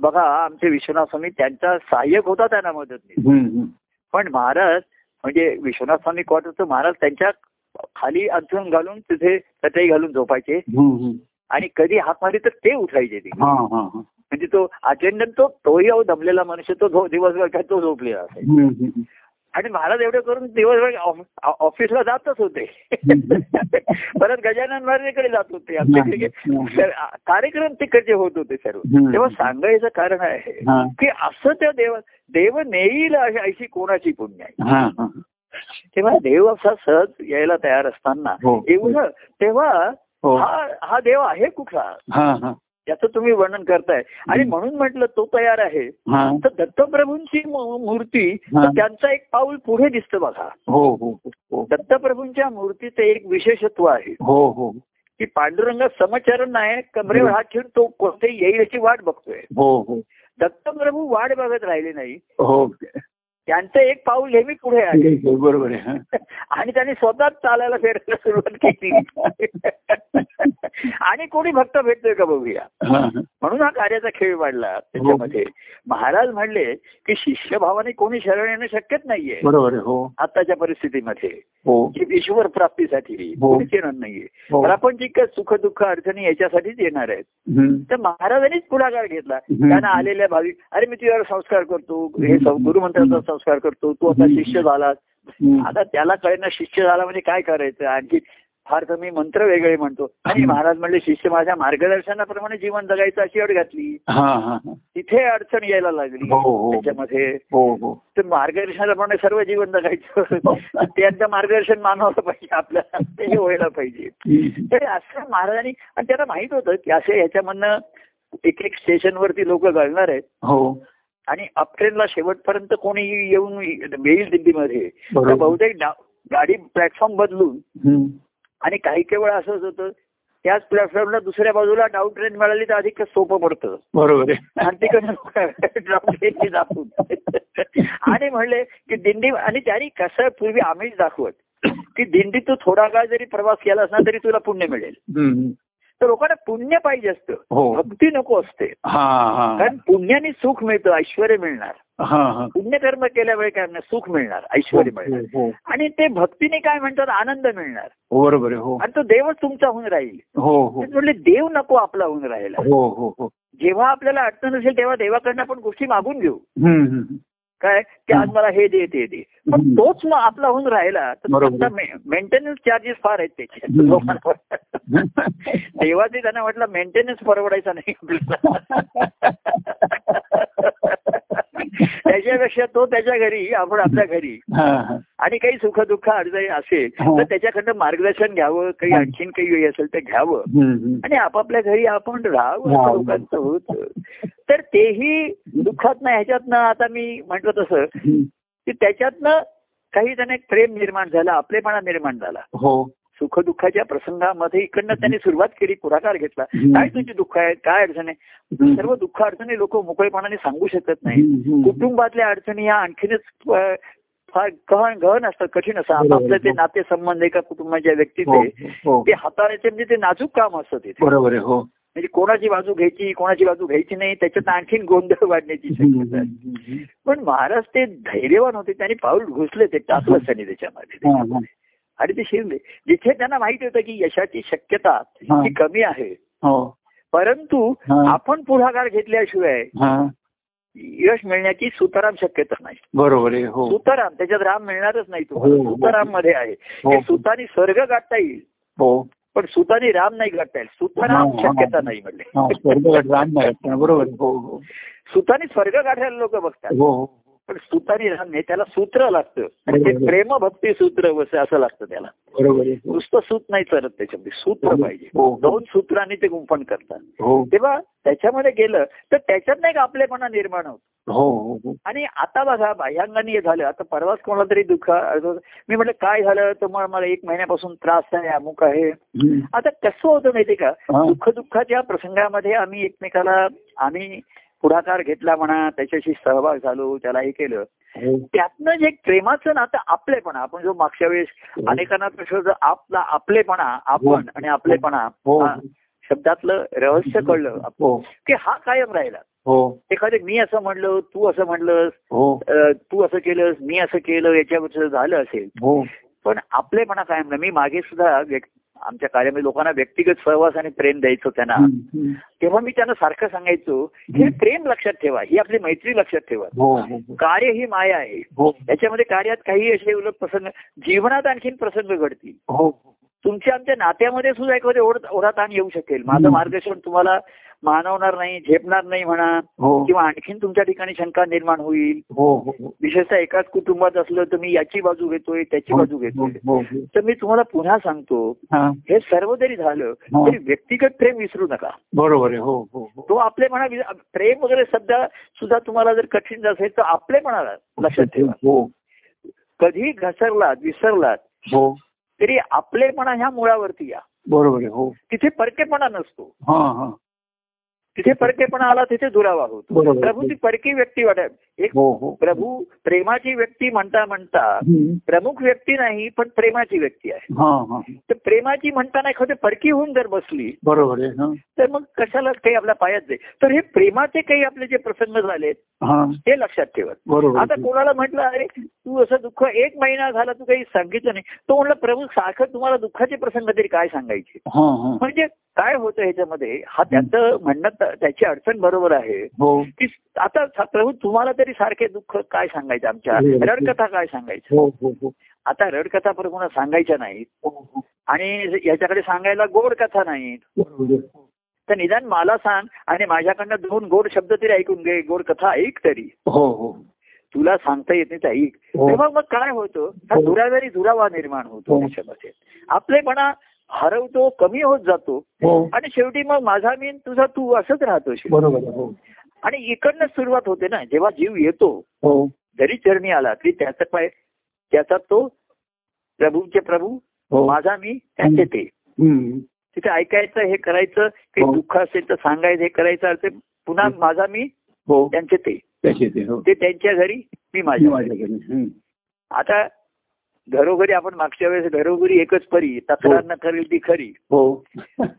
बघा आमचे विश्वनाथ स्वामी त्यांचा सहाय्यक होता त्यांना मदत हम्म, हम्म. पण महाराज म्हणजे विश्वनाथ स्वामी क्वार्टरचं महाराज त्यांच्या खाली अंथरून घालून तिथे चटई घालून झोपायचे हम्म, हम्म. आणि कधी हात मारली तर ते उठायचे ते हा हा हा म्हणजे तो अटेंडंट तो तोही अहो दमलेला मनुष्य तो झो- दिवसभर काय तो झोपलेला असेल हम्म, हम्म. आणि महाराज एवढं करून दिवसभर ऑफ- ऑ- ऑफिसला जातच होते परत गजानन महाराजांकडे जात होते आपल्याकडे तर आ- कार्यक्रम तिकडचे होत होते सर्व हम्म. तेव्हा सांगायचं कारण आहे हा की असं त्या देव देव नेईल अशी अशी कोणाची पुण्य आहे हा हा तेव्हा देव असा सहज यायला तयार असताना हो. एवढं तेव्हा हो हा हा देव आहे कुठला हा हा याचं तुम्ही वर्णन करताय आणि हम्म. म्हणून म्हटलं तो तयार आहे हा तर दत्तप्रभूंची मू- मूर्ती हा. त्यांचा एक पाऊल पुढे दिसतं बघा हो हो हो दत्तप्रभूंच्या मूर्तीचं एक विशेषत्व आहे हो हो की पांडुरंग समचरण आहे कमरेवर हात ठेवून तो कोणते येईल याची वाट बघतोय हो हो दत्तप्रभू वाट बघत राहिले नाही हो त्यांचं एक पाऊल नेहमी पुढे आहे ठीक आहे, बरोबर आहे हा. आणि त्यांनी स्वतःच चालायला फिरायला सुरुवात केली आणि कोणी भक्त भेटतोय का बघूया हा, हा. म्हणून हा कार्याचा खेळ वाढला त्याच्यामध्ये महाराज म्हणले की शिष्यभावाने कोणी शरण येणं शक्यच नाहीये बरोबर आहे हो आताच्या परिस्थितीमध्ये हो की ईश्वर प्राप्तीसाठी हो. कोणीच येणार नाहीये हो प्रापंचिक सुख दुःख अडचणी याच्यासाठीच येणार आहेत हम्म. तर महाराजांनीच पुढाकार घेतला हम्म. त्यांना आलेल्या भाविक अरे मी तुझ्यावर संस्कार करतो हे सं- गुरुमंत्राचा संस्कार करतो तू आता हम्म. शिष्य झालास हम्म. आता त्याला कळेना शिष्य झाला म्हणजे काय करायचं आणखी फार कमी मंत्र वेगळे म्हणतो आणि हम्म. महाराज म्हणले शिष्य माझ्या मार्गदर्शनाप्रमाणे जीवन जगायचं अशी अट घातली हा हा हा. तिथे अडचण यायला लागली हो, हो. त्याच्यामध्ये हो हो तर मार्गदर्शनाप्रमाणे सर्व जीवन जगायचं त्यांचं मार्गदर्शन मानवायला पाहिजे आपल्याला ते व्हायला पाहिजे हम्म. तर असं महाराजांनी आणि त्यांना माहित होतं की असे ह्याच्यामधनं एक एक स्टेशनवरती लोक घालणार आहेत हो आणि अपट्रेनला शेवटपर्यंत कोणी येऊन येईल दिल्लीमध्ये तर बरोबर बहुतेक डा- गाडी प्लॅटफॉर्म बदलून हम्म. आणि काही काही वेळा असंच होतं त्याच प्लॅटफॉर्मला दुसऱ्या बाजूला डाऊन ट्रेन मिळाली तर अधिक सोपं पडतं बरोबर आहे आणि तिकडे डाऊन ट्रेनची दाखवून आणि म्हणले की दिंडी आणि त्यांनी कसं पूर्वी आम्हीच दाखवत की दिंडी तू थोडा काळ जरी प्रवास केला असला तरी तुला पुण्य मिळेल हम्म. तर लोकांना पुण्य पाहिजे असतं हो भक्ती नको असते हा हा कारण पुण्याने सुख मिळतं ऐश्वर मिळणार हा हा पुण्यकर्म केल्यामुळे काय मिळणार सुख मिळणार ऐश्वर मिळणार हो, हो. आणि ते भक्तीने काय म्हणतात आनंद मिळणार बरोबर आहे हो आणि तो देवच तुमचा होऊन राहील हो हो तेच म्हणले देव नको आपला होऊन राहिला हो हो हो जेव्हा आपल्याला अडचण असेल तेव्हा देवाकडनं आपण गोष्टी मागून घेऊ हम्म, हम्म. काय की आज मला हे दे ते दे पण हम्म. तोच मग आपला होऊन राहिला बरोबर. तर मेंटेनन्स चार्जेस फार आहेत त्याचे हम्म. लोकांवर. देवाचे त्यांना म्हटलं मेंटेनन्स परवडायचा नाही आपल्याला त्याच्यापेक्षा तो त्याच्या घरी आपण आपल्या घरी हा, हा. आणि काही सुख दुःख अडचणी असेल हो. तर त्याच्याकडनं मार्गदर्शन घ्यावं काही हा. आणखीन काही हे असेल तर घ्यावं हम्म, हम्म. आणि आपापल्या घरी आपण राहावं असं राहावं. लोकांचं होत तर तेही दुःखातनं ह्याच्यातनं आता मी म्हटलं तसं हम्म. की त्याच्यातनं काही त्यांना एक प्रेम निर्माण झाला आपलेपणा निर्माण झाला हो सुखदुःखाच्या प्रसंगामध्ये इकडनं त्यांनी सुरुवात केली पुढाकार घेतला हम्म. काय तुझी दुःख आहे काय अडचण आहे हम्म. सर्व दुःख अडचणी लोक मोकळेपणाने सांगू शकत नाही हम्म, हम्म. कुटुंबातल्या अडचणी ह्या आणखीनच अ, फार गहन गहन असतात कठीण असतात बरोबर. आपलं ते नाते संबंध एका कुटुंबाच्या हो, व्यक्तीचे हो. ते हाताळायचे म्हणजे ते नाजूक काम असतं तिथे बरोबर आहे हो म्हणजे कोणाची बाजू घ्यायची कोणाची बाजू घ्यायची नाही त्याच्यात आणखीन गोंधळ वाढण्याची हम्म, शक्यता आहे. हम्म, हम्म. पण महाराज ते धैर्यवान होते त्यांनी पाऊल घुसले ते टाकलं त्यांनी त्याच्यामध्ये हा, हा. आणि ते शिरले जिथे त्यांना माहिती होतं की यशाची शक्यता हा. ही कमी आहे हो परंतु हा. आपण पुढाकार घेतल्याशिवाय हा यश मिळण्याची सुताराम शक्यता नाही बरोबर आहे हो सुताराम त्याच्यात राम मिळणारच नाही हो, तुम्हाला हो. सुताराम मध्ये आहे हो. की सुतानी स्वर्ग गाठता येईल हो पण सुतानी राम नाही गाठता येईल सुताराम हा, हा. शक्यता नाही म्हणले हा, स्वर्गवाट राम नाही वाटणार. बरोबर आहे. हो हो सुतानी स्वर्ग गाठायला लोक बघतात हो हो. पण सुतानी राम नाही त्याला सूत्र लागतं आणि ते बरोबर. प्रेम भक्ती सूत्र वसे असं लागतं त्याला बरोबर आहे हो. नुसतं सूत नाही चालत त्याच्यामध्ये सूत्र हो. पाहिजे हो. दोन सूत्रांनी ते गुंफण करतात हो तेव्हा त्याच्यामध्ये गेलं तर त्याच्यात नाही का आपलेपणा निर्माण होतो हो हो हो आणि आता बघा बाह्यांगाने हे झालं आता परवाच कोणाला तरी दुःख मी म्हटलं काय झालं तर मग मला एक महिन्यापासून त्रास आहे अमुक आहे हम्म. आता कसं होतं माहिती का हा. दुःख दुःखाच्या प्रसंगामध्ये आम्ही एकमेकाला आम्ही पुढाकार घेतला म्हणा त्याच्याशी सहभाग झालो त्याला हे केलं हो. त्यातनं जे एक प्रेमाचं नातं आपलेपणा आपण जो मागच्या वेळेस हो. अनेकांना प्रश्न होता, आपला आपलेपणा आपण आणि आपलेपणा हो हा शब्दातलं रहस्य कळलं हो की हा कायम राहिला हो एखादे मी असं म्हणलं तू असं म्हणलंस हो अ, तू असं केलंस मी असं केलं याच्यावर झालं असेल हो पण आपलेपणा कायम राहिला. मी मागे सुद्धा व्यक्- आमच्या कार्यामध्ये लोकांना व्यक्तिगत सहवास आणि प्रेम द्यायचो त्यांना हम्म, हम्म. तेव्हा मी त्यांना सारखं सांगायचो हे प्रेम लक्षात ठेवा ही आपली मैत्री लक्षात ठेवा हो हो हो. कार्य ही माया आहे हो याच्यामध्ये कार्यात काही असे उलट प्रसंग जीवनात आणखीन प्रसंग घडतील हो तुमच्या आमच्या नात्यामध्ये सुद्धा एखादी ओढ ओढाताण येऊ शकेल माझं हम्म. मार्गदर्शन तुम्हाला मानवणार नाही झेपणार नाही म्हणा हो किंवा आणखीन तुमच्या ठिकाणी शंका निर्माण होईल हो हो हो. विशेषतः एकाच कुटुंबात असलं तर मी याची बाजू घेतोय त्याची बाजू हो, घेतोय हो, हो. तर मी तुम्हाला पुन्हा सांगतो हा, हे सर्व जरी झालं हा. तरी व्यक्तिगत प्रेम विसरू नका बरोबर आहे हो हो हो तो आपले म्हणा वि- प्रेम वगैरे सध्या सुद्धा तुम्हाला जर कठीण जात असेल तर आपले म्हणाला लक्षात ठेवा हो कधी घसरलात विसरलात हो तरी आपलेपणा ह्या मुळावरती या बरोबर आहे हो तिथे परकेपणा नसतो हा हा तिथे परकेपणा आला तिथे दुरावा होतो बरोबर प्रभू ती आहे. परकी व्यक्ती वाटत एक हो हो प्रभू प्रेमाची व्यक्ती म्हणता म्हणता हम्म. प्रमुख व्यक्ती नाही पण प्रेमाची व्यक्ती आहे हा हा तर प्रेमाची म्हणताना एखादी परकी होऊन जर बसली बरोबर आहे हा तर मग कशाला काही आपल्या पायात जाईल तर हे प्रेमाचे काही आपले जे प्रसंग झालेत हा ते लक्षात ठेवत बरोबर आता आहे. कोणाला म्हटलं अरे तू असं दुःख एक महिना झाला तू काही सांगितलं नाही तो म्हणला प्रभू सारखं तुम्हाला दुःखाचे प्रसंग तरी काय सांगायचे हा हा म्हणजे काय होतं ह्याच्यामध्ये हा त्याचं म्हणणं त- त्याची अडचण बरोबर आहे हो की आता सा- प्रभू तुम्हाला तरी सारखे दुःख काय सांगायचं हम्म. आमच्या रडकथा काय सांगायचं हो हो हो आता रडकथा प्रभूंना सांगायच्या नाहीत हो, हो. आणि याच्याकडे सांगायला गोड कथा नाहीत बरोबर आहे. तर निदान मला सांग आणि माझ्याकडनं दोन गोड शब्द तरी ऐकून घे गोड कथा ऐक तरी हो हो तुला सांगता येत नाही तर ऐक हो. तेव्हा मग काय होतं हा हो. दुराव्यारी दुरावा निर्माण होतो हो. त्याच्यामध्ये आपलेपणा हरवतो कमी होत जातो हो आणि शेवटी मग माझा मी आणि तुझा तू असंच राहतो शेवटी. बरोबर आहे. हो आणि इकडनं सुरुवात होते ना जेव्हा जीव येतो हो जरी चरणी आला तरी त्याचा पाय त्याचा तो प्रभूंचे प्रभू हो माझा मी त्यांचे ते हम्म. तिथे ऐकायचं हे करायचं काही हो. दुःख असेल तर सांगायचं हे करायचं असेल तर पुन्हा माझा मी हो त्यांचे ते त्याचे ते हो ते त्यांच्या घरी मी माझ्या घरी. माझ्याकडे हम्म. आता घरोघरी आपण मागच्या वेळेस घरोघरी एकच परी तक्रार न करेल ती खरी हो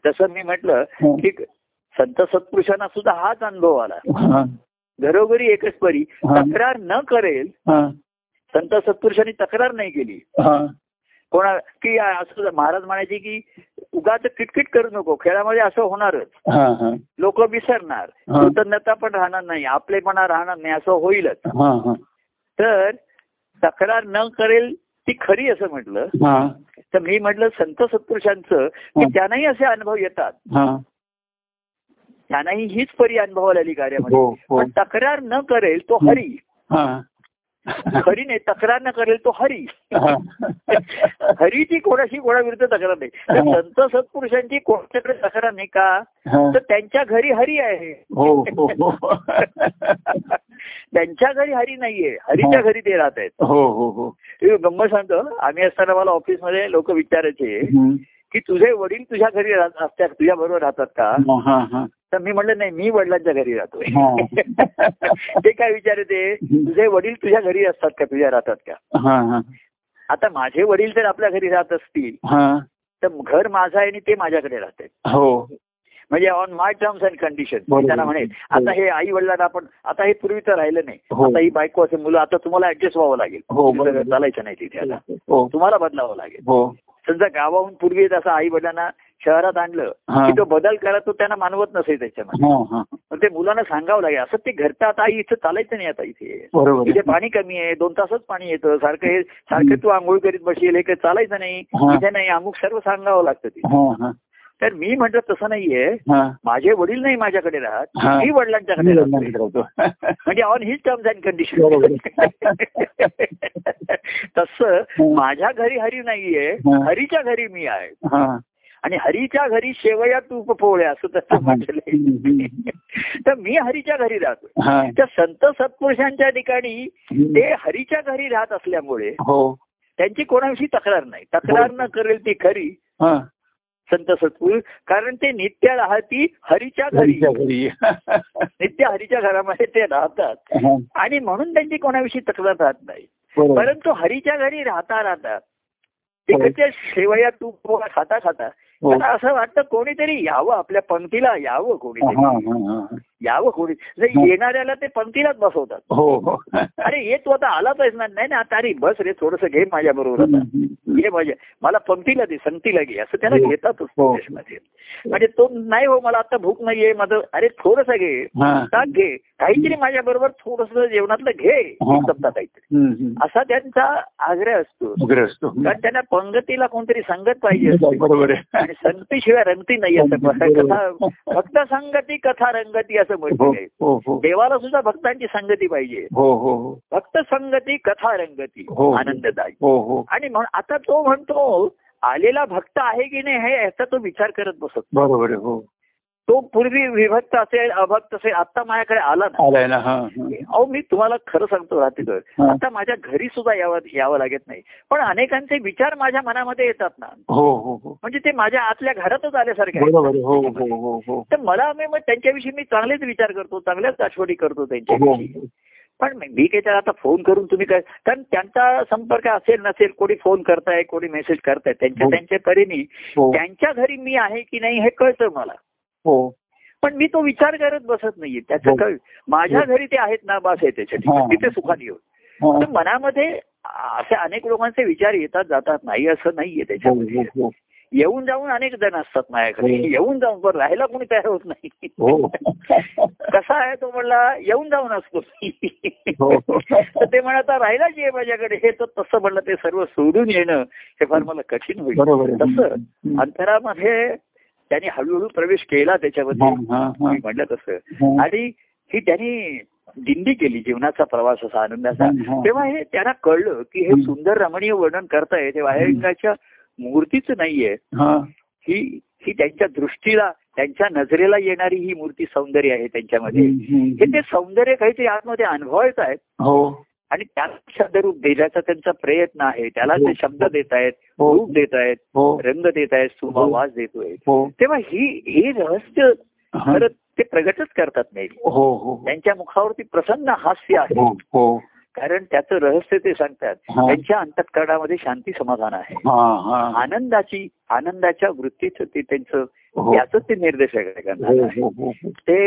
तसं मी म्हटलं हो. की संत सत्पुरुषांना सुद्धा हाच अनुभव आला हा, घरोघरी एकच परी हा. तक्रार न करेल हा, संत सत्पुरुषांनी तक्रार नाही केली हा. कोणा की असं महाराज म्हणायचे की उगाच किटकिट करू नको खेळामध्ये असं होणारच हा, हा. लोक विसरणार हा. कृतज्ञता पण राहणार नाही आपलेपणा राहणार नाही असं होईलच हा, हा. तर तक्रार न करेल ती खरी असं म्हटलं हा, तर मी म्हटलं संत सत्पुरुषांचं की हा. त्यांनाही असे अनुभव येतात हा. त्यांनाही हीच परी अनुभवाला आली कार्यामध्ये हो, हो. पण तक्रार न करेल तो हरी हा. खरी नाही तक्रार न करेल तो हरी हा. हरीची कोणाशी कोणाविरुद्ध तक्रार नाही तर हा. संत सत्पुरुषांची कोणाच्याकडे तक्रार नाही का हा. तर त्यांच्या घरी हरी आहे हो, हो, हो. त्यांच्या घरी हरी नाहीये हरीच्या घरी ते राहत आहेत हो, हो, हो. हे गंमत सांगतो आम्ही असताना मला ऑफिसमध्ये लोक विचारायचे हम्म. की तुझे वडील तुझ्या घरी राहत असतात तुझ्या बरोबर राहतात का हा, हा. तर मी म्हणलं नाही मी वडिलांच्या घरी राहतोय हा. ते काय विचारते तुझे वडील तुझ्या घरी असतात का तुझ्या राहतात का हा, हा. आता माझे वडील जर आपल्या घरी राहत असतील हा. तर घर माझं आहे आणि ते माझ्याकडे राहते हो. म्हणजे on my terms and condition बरोबर. त्यांना म्हणेल आता हे आई वडिलांना आपण आता हे पूर्वी तर राहिलं नाही हो. आता ही बायको असेल मुलं आता तुम्हाला ऍडजस्ट व्हावं लागेल हो, तिथं बरोबर. चालायचं नाही तिथे आता हो, तुम्हाला बदलावं लागेल हो. समजा गावाहून पूर्वी असं आई वडिलांना शहरात आणलं हा. की तो बदल करा तो त्यांना मानवत नसे त्याच्यामध्ये हा, हा. मग ते मुलांना सांगावं लागेल असं ते घरचं आता आई इथं चालायचं नाही आता इथे बरोबर इथे आहे. म्हणजे पाणी कमी आहे दोन तासच पाणी येतं सारखं हे सारखं तू आंघोळ करीत बसेल हे काही चालायचं नाही हा. इथे नाही अमुक सर्व सांगावं लागतं ते हा, हा. तर मी म्हटलं तसं नाहीये हा. माझे वडील नाही माझ्याकडे राहत हा. मी वडिलांच्याकडे मी राहतो लग्नात राहतो. म्हणजे ऑन हिज टर्म्स अँड बरोबर. कंडिशन तसं माझ्या घरी हरी नाहीये हा. हरीच्या घरी मी आहे हा. आणि हरीच्या घरी शेवया तूप पोळ्या असं तसं म्हटलंय हम्म. तर मी हरीच्या घरी राहतो हा. त्या संत सत्पुरुषांच्या ठिकाणी हम्म. ते हरीच्या घरी राहत असल्यामुळे हो त्यांची कोणाविषयी तक्रार नाही तक्रार न करेल ती खरी हा. संत सत्पुरुष कारण ते नित्य राहती हरीच्या घरी घरीच्या घरी नित्य हरीच्या घरामध्ये ते राहतात हा. आणि म्हणून त्यांची कोणाविषयी तक्रार राहत नाही बरोबर. परंतु हरीच्या घरी राहता राहता हो. तिकडच्या शेवया तूप पोळा खाता खाता हो. त्यांना असं वाटतं कोणीतरी यावं आपल्या पंक्तीला यावं हा, हो. कोणीतरी हा, हा. यावं कोणी नाही, येणाऱ्याला ते पंक्तीलाच बसवतात हो हो अरे ये तू आता आला पाहिजे ना नाही ना आता अरे बस रे थोडस घे माझ्या बरोबर आता ये माझ्या मला पंक्तीला दे संगतीला घे असं त्याला हो. घेतातच हो. देशमध्ये म्हणजे तो नाही हो मला आता भूक नाहीये माझं अरे थोडस घे हा. ताक घे काहीतरी माझ्या बरोबर थोडस जेवणातलं घे हा. सप्ताह काहीतरी हम्म, हम्म. असा त्यांचा आग्रह असतो वगैरे असतो कारण त्यांना पंगतीला कोणतरी संगत पाहिजे असते. बरोबर आहे आणि संगतीशिवाय रंगती नाही असं म्हणतात. कथा फक्त संगती कथा रंगती असं हो म्हटलं हो हो देवाला सुद्धा भक्तांची संगती पाहिजे हो हो हो भक्त संगती कथा रंगती हो. आनंददायी हो हो आणि म्हणून आता तो म्हणतो आलेला भक्त आहे की नाही हे याचा तो विचार करत बसत बरोबर आहे हो तो पूर्वी विभक्त असेल अभक्त असेल आता माझ्याकडे आला ना आलाय ना हा हा. अहो मी तुम्हाला खरं सांगतो राहतील हा. आता माझ्या घरी सुद्धा यावं यावं लागत नाही पण अनेकांचे विचार माझ्या मनामध्ये येतात ना हो हो हो म्हणजे ते माझ्या आतल्या घरातच आल्यासारखे आहेत. बरोबर आहे. हो हो हो हो तर मला मी मग त्यांच्याविषयी मी चांगलेच विचार करतो चांगल्याच आठवणी करतो हो त्यांच्याविषयी पण मी काही त्याला आता फोन करून तुम्ही काय कारण त्यांचा संपर्क असेल नसेल कोणी फोन करताय कोणी मेसेज करताय त्यांच्या हो. त्यांच्या परीने हो त्यांच्या घरी मी आहे की नाही हे कळतं मला हो पण मी तो विचार करत बसत नाहीये त्याचं हो. कळ माझ्या घरी ते आहेत ना बस आहे त्याच्या हा. तिथे सुखाने होत हा. तर मनामध्ये असे अनेक लोकांचे विचार येतात जातात नाही असं नाहीये हो त्याच्यामध्ये हो हो येऊन जाऊन अनेक जण असतात माझ्याकडे हो. येऊन जाऊन पण राहायला कोणी तयार होत नाही हो कसा आहे तो म्हणला येऊन जाऊन असतो हो. तर ते म्हणा आता राहिलाच ये माझ्याकडे हे तर तसं म्हणलं ते सर्व सोडून येणं हे फार मला कठीण होईल बरोबर आहे. तसं हम्म. अंतरामध्ये त्यांनी हळूहळू प्रवेश केला त्याच्यामध्ये हा, हा, हा. मी म्हणलं तसं हा. आणि ही त्यांनी दिंडी केली जीवनाचा प्रवास असा आनंदाचा हम्म, हा. तेव्हा हे त्यांना कळलं की हे हम्म. सुंदर रमणीय वर्णन करताय ते वायरंगाच्या मूर्तीच नाहीये हा. ही ही त्यांच्या दृष्टीला त्यांच्या नजरेला येणारी ही मूर्ती सौंदर्य आहे त्यांच्यामध्ये हम्म, हम्म. हे ते सौंदर्य काहीतरी आतमध्ये अनुभवत आहेत हो आणि त्याला शब्दरूप देण्याचा त्यांचा प्रयत्न आहे त्याला ते शब्द देत आहेत हो. रूप देत आहेत हो रंग देत आहेत सुभावास देतोय हो तेव्हा ही हे रहस्य हा. खरं ते प्रगटच करतात नाही हो हो त्यांच्या मुखावरती प्रसन्न हास्य आहे हो हो कारण त्याचं रहस्य ते सांगतात हा. त्यांच्या अंतःकरणामध्ये शांती समाधान आहे हा हा आनंदाची आनंदाच्या वृत्तीचं ते त्यांचं हो याच ते निर्देश आहे हो करणार हो हो ते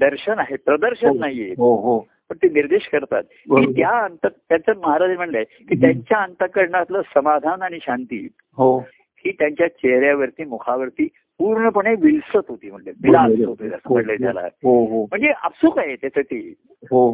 दर्शन आहे प्रदर्शन नाहीये हो हो पण ते निर्देश करतात की बरोबर. त्या अंत त्यांचं महाराज म्हणलंय की हम्म. त्यांच्या अंतकरणातलं समाधान आणि शांती हो ही त्यांच्या चेहऱ्यावरती मुखावरती पूर्णपणे विलसत होती म्हणजे विलास होते असं म्हणलंय त्याला हो हो म्हणजे आपसुक आहे त्यासाठी हो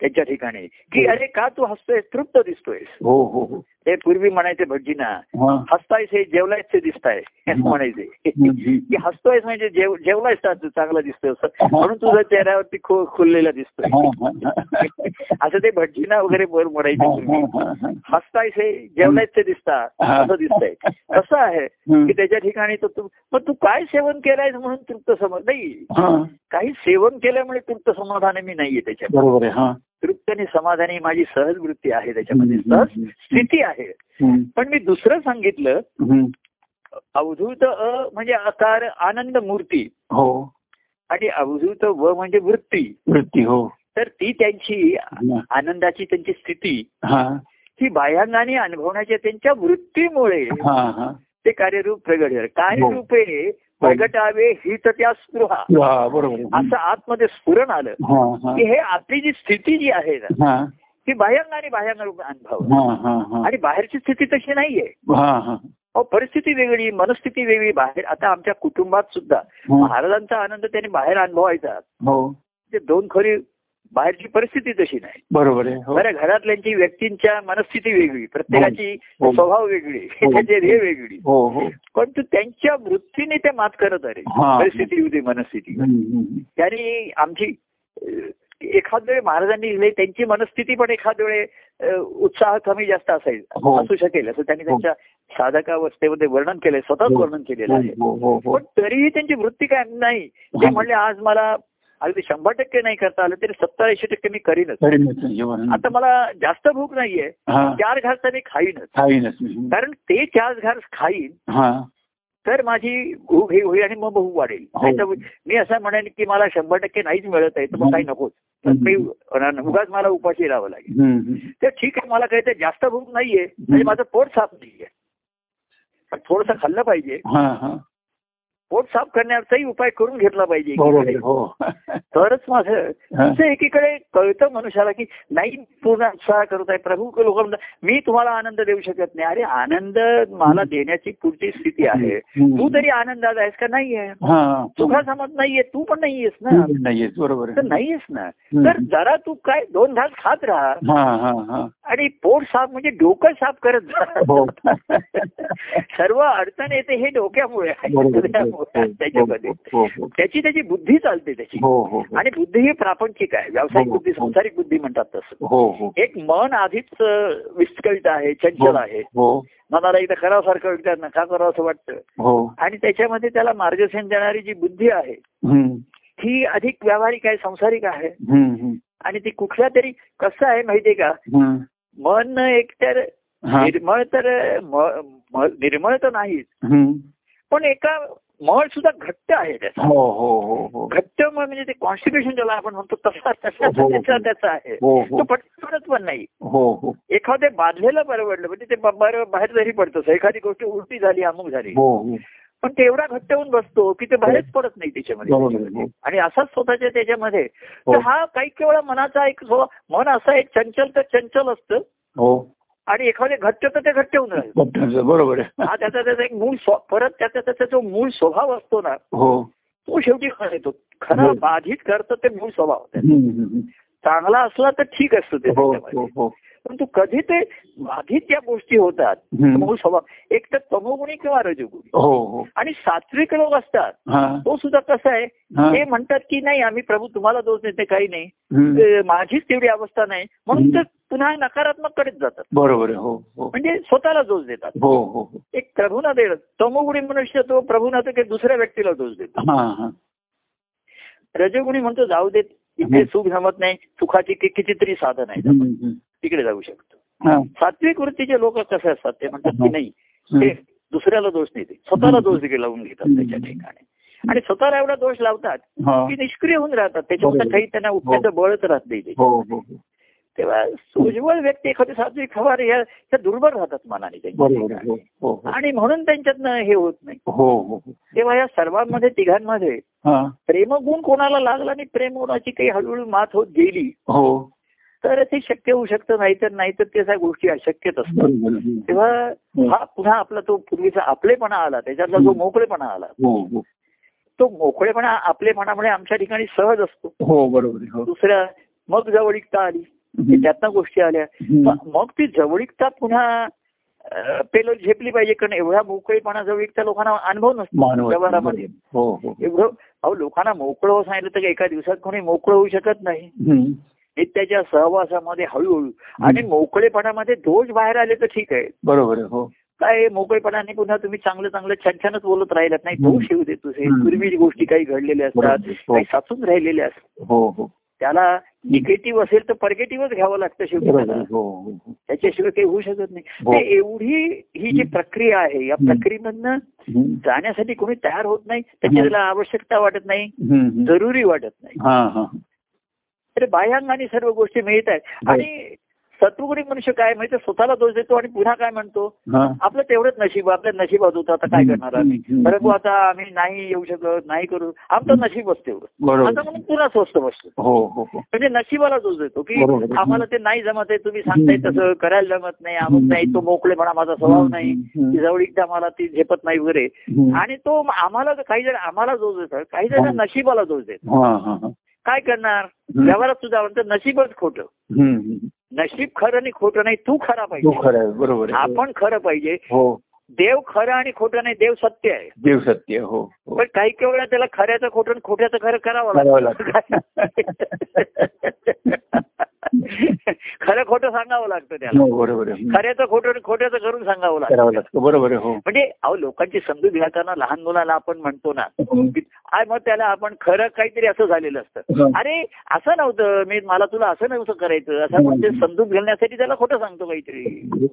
त्यांच्या ठिकाणी की हो. अरे का तू हसतोय तृप्त दिसतोयस हो हो हो ते पूर्वी म्हणायचे भटजीना हा. हसतायस हे जेवलायस ते दिसताय असं म्हणायचे हम्म, हम्म. की हसतोयस म्हणजे जेव जेवलायस तर तू चांगला दिसतोय असं. हा. म्हणून तुझ्या चेहऱ्यावरती खो खुललेला दिसतोय हा, हा, हा. असं ते भटजीना वगैरे बोल म्हणायचे हा, पूर्वी. हा, हा, हसतायस हे जेवलायस ते दिसता हा. असं दिसतंय कसं आहे हम्म. की त्याच्या ठिकाणी तर तू मग तू काय सेवन केलंयस म्हणून तृप्त समाधान नाही हा, काही सेवन केल्यामुळे तृप्त समाधान मी नाहीये त्याच्यात बरोबर आहे हा तृप्त आणि समाधानी माझी सहज वृत्ती आहे त्याच्यामध्ये हम्म, सहज हम्म, हम्म. स्थिती आहे हम्म, पण मी दुसरं सांगितलं हम्म. अवधूत अ म्हणजे आकार आनंद मूर्ती हो आणि अवधूत व म्हणजे वृत्ती वृत्ती हो तर ती त्यांची हा. आनंदाची त्यांची स्थिती हा ही बाह्यांगाने अनुभवण्याच्या त्यांच्या वृत्तीमुळे हा हो. हा ते कार्यरूप प्रगट झाले कार्यरूपे प्रगटावे ही तर त्या स्पृहा हा बरोबर असं आतमध्ये स्फुरण आलं हा हा की हे आपली जी स्थिती जी आहे ना हा ती बाह्यांगाने बाह्यांग रूप अनुभव हा हा हा आणि बाहेरची स्थिती तशी नाहीये हा हा अहो, परिस्थिती वेगळी मनस्थिती वेगळी बाहेर आता आमच्या कुटुंबात सुद्धा हा. महाराजांचा आनंद त्यांनी बाहेर अनुभवायचा हो ते दोन खोरी बाहेरची परिस्थिती तशी नाही बरोबर आहे हो बऱ्या घरातल्यांची व्यक्तींच्या मनस्थिती वेगळी प्रत्येकाची हो. स्वभाव वेगळी त्यांची हे वेगळी हो हो पण तू त्यांच्या वृत्तीने ते मात करत आहे हा. परिस्थिती होती मनस्थिती हम्म, हम्म. त्यांनी आमची अं, एखाद वेळे महाराजांनी लिहिले त्यांची मनस्थिती पण एखाद वेळे अं, उत्साह कमी जास्त असेल हो. असू शकेल असं त्यांनी हो. त्यांच्या साधकावस्थेमध्ये वर्णन केलंय स्वतःच हो. वर्णन केलेलं आहे हो हो हो पण तरीही त्यांची वृत्ती काय नाही ते हा. म्हणले आज मला अगदी शंभर टक्के नाही करता आलं तरी सत्तर ऐंशी टक्के मी करीनच तरी नसेल जेवण आता मला जास्त भूक नाहीये हा चार घास तर मी खाईनच काही नसेल कारण ते चार घास खाईन हा तर माझी भूक हे होईल आणि मग भूक वाढेल हो. नाहीतर मी असं म्हणेन की मला शंभर टक्के नाहीच मिळत आहे तर मग हम्म. काही नकोच तर मी अन- उगाच मला उपाशी राहावं लागेल हम्म, हम्म. तर ठीक आहे मला काही ते जास्त भूक नाहीये म्हणजे माझं पोट साफ नाहीये पण थोडस खाल्लं पाहिजे हा हा पोट साफ करण्याचाही उपाय करून घेतला पाहिजे बरोबर एकीकडे. हो तरच माझं असं एकीकडे कळतं मनुष्याला की नाही पूर्ण उत्साह करत आहे प्रभू लोक म्हणतात मी तुम्हाला आनंद देऊ शकत नाही अरे आनंद मला देण्याची पुढची स्थिती आहे हम्म. तू तरी आनंदात आहेस का नाही आहे हा सुखासमज नाहीये तू पण नाहीयेस ना हम्म, नाहीयेच बरोबर आहे. तर नाहीयेस ना हम्म. तर जरा तू काय दोन घास खात राहा हा हा हा आणि पोट साफ म्हणजे डोकं साफ करत जा हो सर्व अडचण येते हे डोक्यामुळे आहे. बरोबर त्याच्यामुळे त्याच्यामध्ये हो हो त्याची त्याची बुद्धी चालते त्याची हो हो हो. आणि बुद्धी ही प्रापंचिक आहे व्यावसायिक हो, हो. बुद्धी संसारिक बुद्धी म्हणतात तसं हो हो एक मन आधीच अं, विस्कळीत आहे चंचल आहे हो मनाला एकदा करावसारखं वाटतं नका करावं असं वाटतं हो आणि त्याच्यामध्ये त्याला मार्गदर्शन देणारी जी बुद्धी आहे हम्म, ही अधिक व्यावहारिक आहे संसारिक आहे हम्म, हम्म, आणि ती कुठल्या तरी कसं आहे माहितीये का हम्म. मन एक तर हा, निर्मळ तर म- म- निर्मळ तर नाहीच हम्म. पण एका मळ सुद्धा घट्ट आहे त्याचा हो हो हो हो घट्ट मळ म्हणजे ते कॉन्स्टिट्युशन ज्याला आपण म्हणतो तसा तसा हो, हो. त्याचा त्याचा आहे हो तो हो पटकनच पण नाही हो हो एखादे बांधलेलं परवडलं म्हणजे ते ब- बरं बाहेर जरी पडतं एखादी गोष्ट उलटी झाली अमुक झाली हो हो पण ते एवढा घट्ट होऊन बसतो की ते बाहेरच पडत नाही त्याच्यामध्ये बरोबर आहे, हो. आणि असाच स्वतःच्या त्याच्यामध्ये हो. तर हा काही केवळ मनाचा एक स्व- मन असा एक चंचल तर चंचल असतं हो आणि एखादे घट्ट तर ते घट्ट होऊन राहील पटकन, बरोबर आहे. हा त्याचा त्याचा एक मूळ स्व- परत त्याचा त्याचा जो मूळ स्वभाव असतो ना हो तो शेवटी खरा येतो खरा हो. बाधित करतं ते मूळ स्वभाव त्याचा. हम्म, हम्म, चांगला असला तर ठीक असतं ते हम्म. हो त्याच्यामध्ये. हो हो परंतु कधी ते बाधित या गोष्टी होतात हम्म. मूळ स्वभाव एक तर तमोगुणी किंवा रजोगुणी हो हो आणि सात्विक लोक असतात हा तो सुद्धा कसा आहे हा ते म्हणतात की नाही आम्ही प्रभू तुम्हाला दोष देते काही नाही हम्म. अं, माझीच तेवढी अवस्था नाही म्हणून हम्म. ते पुन्हा नकारात्मक कडेच जातात बरोबर आहे, हो हो म्हणजे स्वतःला दोष देतात हो हो हो. एक प्रभूना देणं तमोगुणी मनुष्य तो प्रभूना तो काही दुसऱ्या व्यक्तीला दोष देतो हा हा रजोगुणी म्हणतो जाऊ देत इथे हम्म. सुख जमत नाही सुखाची कि- कितीतरी साधन आहे हम्म, हम्म. तिकडे जाऊ शकतो हा. सात्विक वृत्तीचे लोक कसे असतात ते म्हणतात की हं. नाही हम्म. ते दुसऱ्याला दोष देते स्वतःला दोष देखील लावून घेतात हं. त्याच्या ठिकाणी आणि स्वतःला एवढा दोष लावतात हा. की निष्क्रिय होऊन राहतात त्याच्यावर बरोबर. काही त्यांना उठण्याचं बळच राहत नाही ते. हो हो हो. तेव्हा उज्ज्वल व्यक्ती एखादी सात्विक खवार या त्या दुर्बल राहतात मनाने त्यांच्या बरोबर आहे, ठिकाणी. हो हो हो. आणि म्हणून त्यांच्यातनं हे होत नाही हो हो हो. तेव्हा या सर्वांमध्ये तिघांमध्ये हा प्रेमगुण कोणाला लागला आणि प्रेमगुणाची काही हळूहळू मात होत गेली हो तर ते शक्य होऊ शकतं नाहीतर नाहीतर त्या गोष्टी अशक्यच असतात बरोबर आहे, हो. तेव्हा हा पुन्हा आपला तो पूर्वीचा आपलेपणा आला त्याच्यातला जो मोकळेपणा आला हो हो तो मोकळेपणा आपलेपणामुळे आमच्या ठिकाणी सहज असतो हो बरोबर आहे, हो दुसऱ्या मग जवळीकता आली हम्म. त्यातनं गोष्टी आल्या हम्म. म- मग ती जवळीकता पुन्हा अं, पेलो झेपली पाहिजे कारण एवढा मोकळेपणा जवळीकता लोकांना अनुभव नसतो मानवाची व्यवहारामध्ये बरोबर. हो हो एवढं अहो लोकांना मोकळं हो सांगितलं तर एका दिवसात कोणी मोकळं होऊ शकत नाही हम्म. नित्याच्या सहवासामध्ये हळूहळू आणि मोकळेपणामध्ये दोष बाहेर आले तर ठीक आहे बरोबर आहे, हो काय मोकळेपणाने पुन्हा तुम्ही चांगलं चांगलं छान छानच बोलत राहिलात नाही हम्म. दोष येऊ दे तुझे हम्म. पूर्वी गोष्टी काही घडलेल्या असतात बरोबर हो. आहे, काही साचून राहिलेल्या असतात हो हो त्याला निगेटिव्ह असेल तर पॉझिटिव्हच घ्यावं लागतं हो शेवटी बरोबर त्याला आहे, हो हो हो. त्याच्याशिवाय काही होऊ शकत नाही हो. ते एवढी ही जी प्रक्रिया आहे या हम्म. प्रक्रियेमधनं हम्म. जाण्यासाठी कोणी तयार होत नाही त्याची हम्म. त्याला आवश्यकता वाटत नाही हम्म, हम्म. जरुरी वाटत नाही हा हा तर बाह्यांगाने सर्व गोष्टी मिळत आहेत हो. आणि सत्वगुणी मनुष्य काय म्हणजे स्वतःला दोष देतो आणि पुन्हा काय म्हणतो हा आपलं तेवढंच नशीब आपल्या नशिबात होतं आता काय हम्म, करणार आम्ही हम्म, हम्म. परंतु आता आम्ही नाही येऊ शकत नाही करू आमचं नशीबच तेवढं आता बरोबर म्हणून आहे. पुन्हा स्वस्त बसतो हो हो हो म्हणजे नशिबाला दोष देतो की बरोबर आहे. आम्हाला ते नाही जमत आहे तुम्ही सांगताय हम्म. तसं करायला जमत नाही आमक हम्म. नाही तो मोकळेपणा माझा स्वभाव नाही हम्म. ती जवळीकता मला ती झेपत नाही वगैरे हम्म. आणि तो म- आम्हाला तर काही जण आम्हाला दोष देतात काही जण हम्म. नशिबाला दोष देतात हा हा हा काय करणार व्यवहारात सुद्धा म्हणतात नशीबच खोटं हम्म, हम्म. नशीब खरं आणि खोटं नाही तू खरा तो पाहिजे खरं आहे बरोबर आहे. आपण खरं पाहिजे हो देव खरं आणि खोटं नाही देव सत्य आहे देव सत्य आहे, हो हो. पण काही काही वेळा त्याला खऱ्याचं खोटं आणि खोट्याचं खरं करावं करावं लागतं खरं खोटं सांगावं लागतं त्याला हो, बरोबर आहे. हम्म. खऱ्याचं खोटं आणि खोट्याचं करून सांगावं लागतं करावं लागतं बरोबर आहे, हो म्हणजे अहो लोकांची समजूत घालताना लहान मुलाला आपण म्हणतो ना हम्म. की, आय मग त्याला आपण खरं काहीतरी असं झालेलं असतं हं. अरे असं नव्हतं मी मला तुला असं नव्हतं करायचं असं हम्म. म्हणजे समजूत घालण्यासाठी त्याला खोटं सांगतो काहीतरी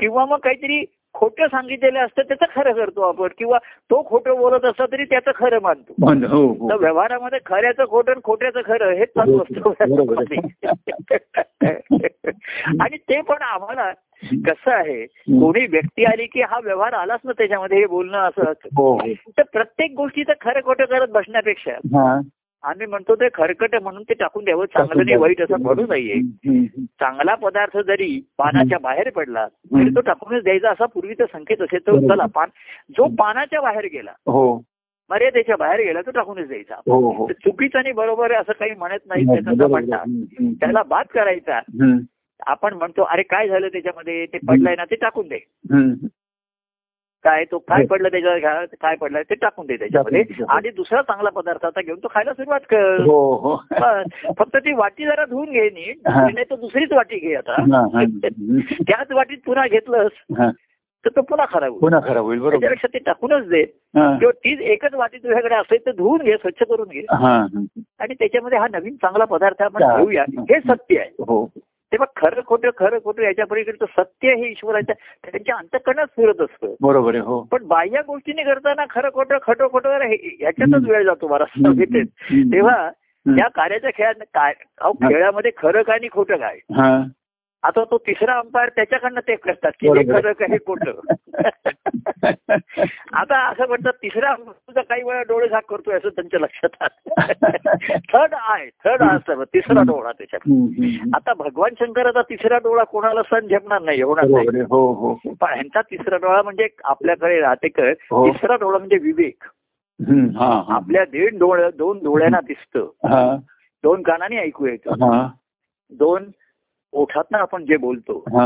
किंवा मग काहीतरी खोटं सांगितलेलं असतं त्याचं खरं करतो आपण किंवा तो खोटं बोलत असला तरी त्याचं खरं मानतो मान- हो हो तर व्यवहारामध्ये खऱ्याचं खोटं आणि खोट्याचं खरं हेच चालू बरोबर असतं आणि ते पण आम्हाला कसं आहे हम्म. कोणी व्यक्ती आली की हा व्यवहार आलाच ना त्याच्यामध्ये हे बोलणं असं असतं. हो हो तर प्रत्येक गोष्टीचं खरं खोटं करत बसण्यापेक्षा हा आम्ही म्हणतो ते खरकट म्हणून ते टाकून द्यावं चांगलं नाही वाईट असं म्हणू नये हम्म, हम्म. चांगला पदार्थ जरी पानाच्या बाहेर पडला तरी तो टाकूनच द्यायचा असा पूर्वीचा संकेत असे तो बरोबर. चला पान जो पानाच्या बाहेर गेला हो मर्यादेच्या बाहेर गेला तो टाकूनच द्यायचा हो हो तर चुकीचं आणि बरोबर आहे असं काही म्हणत नाही नाही, त्याचा बरोबर. म्हणता हम्म, हम्म. त्याला बाद करायचा हम्म, आपण म्हणतो अरे काय झालं त्याच्यामध्ये ते पडलंय ना ते टाकून दे हम्म. काय तो काय पडलं त्याच्यावर घ्या, काय पडलं ते टाकून दे त्याच्यामध्ये टाकून दे. आणि दुसरा चांगला पदार्थ आता घेऊन तो खायला सुरुवात कर हो हो बस. फक्त ती वाटी जरा धुवून घे नीट हा. नाही तर दुसरीच वाटी घे आता हा, हा. हम्म. त्याच वाटीत पुन्हा घेतलंस हा. तर तो पुन्हा खराब होईल पुन्हा खराब होईल बरोबर त्याच्यापेक्षा ते टाकूनच दे हा. किंवा तीच एकच वाटी तुझ्याकडे असेल तर धुवून घे स्वच्छ करून घे हा, हा. आणि त्याच्यामध्ये हा नवीन चांगला पदार्थ आपण हा. घेऊया हे सत्य आहे हो तेव्हा खरं खोटं खरं खोटं याच्या पलीकडे तर सत्य हे ईश्वराच्या त्यांच्या अंतकरणात फिरत असतं बरोबर आहे हो पण बाह्य गोष्टीने करताना खरं खोटं खटो खोटं हे- याच्यातच वेळ जातो मला असं सांगितलं. हम्म. हो, तेव्हा हम्म. त्या कार्याच्या खेळात काय अहो, खेळामध्ये खरं काय आणि खोटं काय हा. आता तो तिसरा अंपायर त्याच्याकडनं ते करतात की हे बरोबर. खरं का हे खोटं आता असं म्हणतात तिसरा अंपायर काही वेळा डोळे झाक करतोय असं त्यांच्या लक्षात आलं थर्ड आय थर्ड आय असतं बघ, तिसरा हम्म. डोळा त्याच्यात हम्म, हम्म. आता भगवान शंकराचा तिसरा डोळा कोणाला सण झेपणार नाही होणार नाही बरोबर आहे हो हो हो. पण ह्यांचा तिसरा डोळा म्हणजे आपल्याकडे राहते कर हो. तिसरा डोळा म्हणजे विवेक हम्म, हा हा. आपल्या दीड डोळ्या दोन डोळ्यांना दिसतं हा दोन कानाने ऐकू येतं हा दोन ओठातनं आपण जे बोलतो हा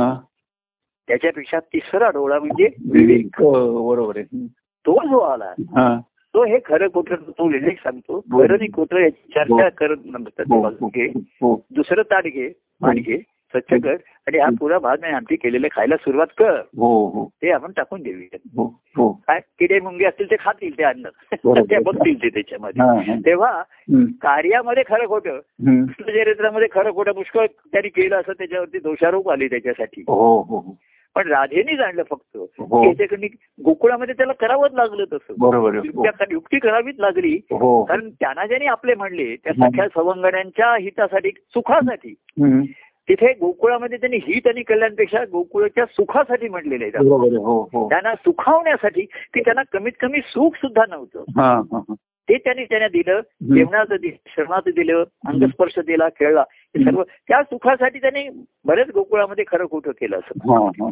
त्याच्यापेक्षा तिसरा डोळा म्हणजे विवेक हो, बरोबर आहे हम्म. तो जो आला हा तो हे खरं खोटं तो विवेक सांगतो हो. खरं आणि खोटं याची चर्चा करत नंतर हो, बाजूला घे हो दुसरं ताट घे पाणी घे स्वच्छ कर आणि हा पुरा भाग नाही आमची केलेले खायला सुरुवात कर हो हो ते आपण टाकून देऊया हो हो काय किडे मुंगे असतील ते खातील ते अन्न बरोबर. ते बघतील ते त्याच्यामध्ये हा, हा. तेव्हा हम्म, कार्यामध्ये खरं खोटं हम्म. कृष्णचरित्रामध्ये खरं खोटं पुष्कळ त्यांनी केलं असं त्याच्यावरती दोषारोप आले त्याच्यासाठी हो हो हो. पण राधेने जाणलं फक्त हो. की याच्याकडनी गोकुळामध्ये त्याला करावंच लागलं तसं बरोबर आहे हो. युक्त्या- युक्ती करावीच लागली हो कारण त्यांना ज्यांनी आपले म्हणले त्या हम्म. सख्या सवंगण्यांच्या हितासाठी सुखासाठी हम्म. तिथे गोकुळामध्ये त्यांनी हित आणि कल्याणपेक्षा गोकुळाच्या सुखासाठी म्हटलेले आहे त्यांना. बरोबर आहे हो हो त्यांना सुखावण्यासाठी की त्यांना कमीत कमी सुख सुद्धा नव्हतं हा हा हा. ते त्यांनी त्यांना दिलं हम्म. जेवणाचं दिलं श्रमाचं दिलं अंगस्पर्श दिला खेळला हे सर्व त्या सुखासाठी त्यांनी बरेच गोकुळामध्ये खरं खोटं केलं असं हा हा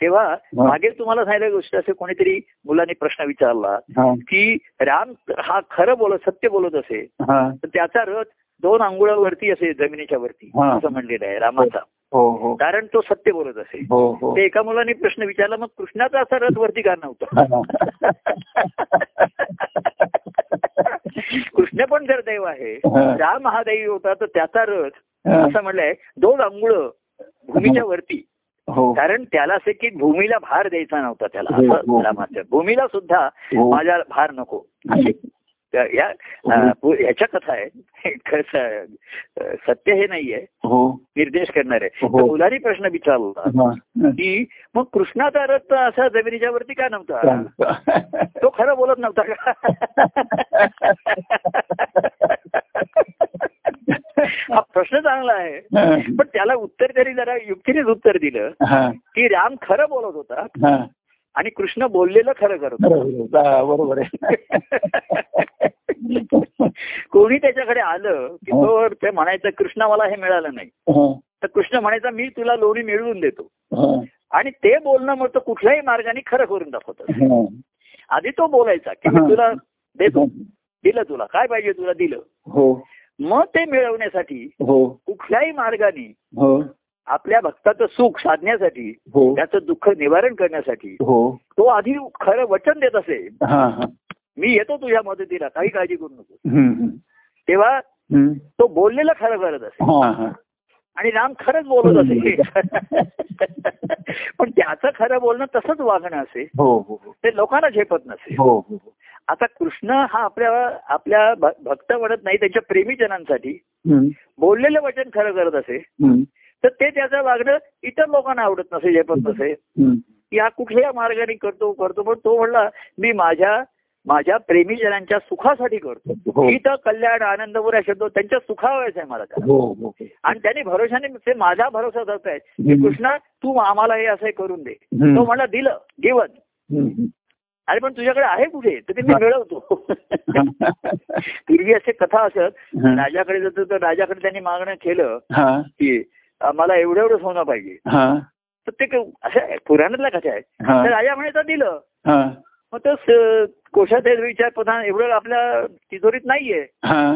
तेव्हा हो. मागे तुम्हाला सांगितलं गोष्ट असं कोणीतरी मुलांनी प्रश्न विचारला हा की राम हा खरं बोलत सत्य बोलत असे हा तर त्याचा रथ दोन अंघोळावरती असे जमिनीच्या वरती हा. असं म्हणलेलं आहे रामाचा हो हो कारण तो सत्य बोलत असे हो हो ते एका मुलाने प्रश्न विचारला मग कृष्णाचा असा रथ वरती का नव्हता कृष्ण पण जर देव आहे हा. राम हा दैवी होता तर त्याचा रथ हा. असं म्हणलंय दोन अंघुळ भूमीच्या वरती हो कारण त्याला असे की भूमीला भार द्यायचा नव्हता त्याला हो, हो. असं रामाचं भूमीला सुद्धा हो. माझ्या भार नको अशी त्या- या अं, पु- याच्या कथा आहे खरं अं, सत्य हे नाहीये हो निर्देश करणार आहे हो. तर मुलांनी प्रश्न विचारला हा. की मग कृष्णाचा रथ असा जमिनीच्या वरती का नव्हता चालेल. तो खरं बोलत नव्हता का हा प्रश्न चांगला आहे हा. पण त्याला उत्तर तरी जरा युक्तीनेच उत्तर दिलं हा. की राम खरं बोलत होता हा. आणि कृष्ण बोललेलं खरं करत होता. बरोबर हा, बरोबर आहे कोणी त्याच्याकडे आलं की हो. तो ते म्हणायचं कृष्णा मला हे मिळालं नाही हा. तर कृष्ण म्हणायचा मी तुला लोणी मिळवून देतो हा. आणि ते बोलणं मग तो कुठल्याही मार्गाने खरं करून दाखवत हा. आधी तो बोलायचा की मी हा. तुला देतो दिलं तुला काय पाहिजे तुला दिलं हो मग ते मिळवण्यासाठी हो कुठल्याही मार्गाने हो आपल्या भक्ताचं सुख साधण्यासाठी हो त्याचं दुःख निवारण करण्यासाठी हो तो आधी खरं वचन देत असे हा हा मी येतो तुझ्या मदतीला काही काळजी करू नको हम्म, हम्म. तेव्हा हम्म. तो बोललेलं खरं करत असे हा हा आणि राम खरंच बोलत असे पण त्याचं खरं बोलणं तसंच वागणं असे हो हो हो. ते लोकांना झेपत नसे हो हो आता कृष्ण हा आपल्या आपल्या भ- भक्त म्हणत नाही त्यांच्या प्रेमीजनांसाठी हम्म, बोललेलं वचन खरं करत असे हम्म, तर ते त्याचं वागणं इतर लोकांना आवडत नसे झेपत नसे हम्म. या कुठल्या मार्गाने करतो करतो पण तो म्हणला मी माझ्या माझ्या प्रेमीजनांच्या सुखासाठी करतो हो गीत कल्याण आनंद या शब्द त्यांच्या सुखावयाचं आहे मला त्याला हो हो आणि त्याने भरोशाने ते माझा भरोसा धरत आहेत हम्म. कृष्णा तू आम्हाला हे असं करून दे हम्म. तो मला दिलं गिवन हम्म. अरे पण तुझ्याकडे आहे कुठे तर ते मी हा. मिळवतो पूर्वी असे कथा असत हा. राजाकडे जातो तर राजाकडे त्यांनी मागणं केलं हा. की "अ, मला एवढं एवढं सोनं पाहिजे हा. तर ते क- असं पुराणातल्या कथा आहेत हा. तर राजा म्हणे तर दिलं हा. मग तर स- कोशात हे विचार प्रधान एवढं आपल्या तिजोरीत नाहीये हा.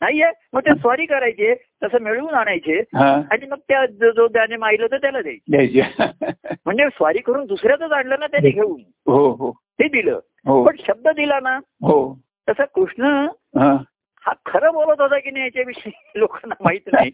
नाहीये मग ते स्वारी करायचे तसं मिळवून आणायचे हा. आणि मग त्या जो जो त्याने माहिलं तर त्याला द्यायचे द्यायची म्हणजे स्वारी करून दुसऱ्याच आणलं ना त्याने घेऊन हो हो ते दिलं हो पण शब्द दिला ना हो तसा कृष्ण हा. हा खरं बोलत होता की नाही याच्याविषयी लोकांना माहित नाही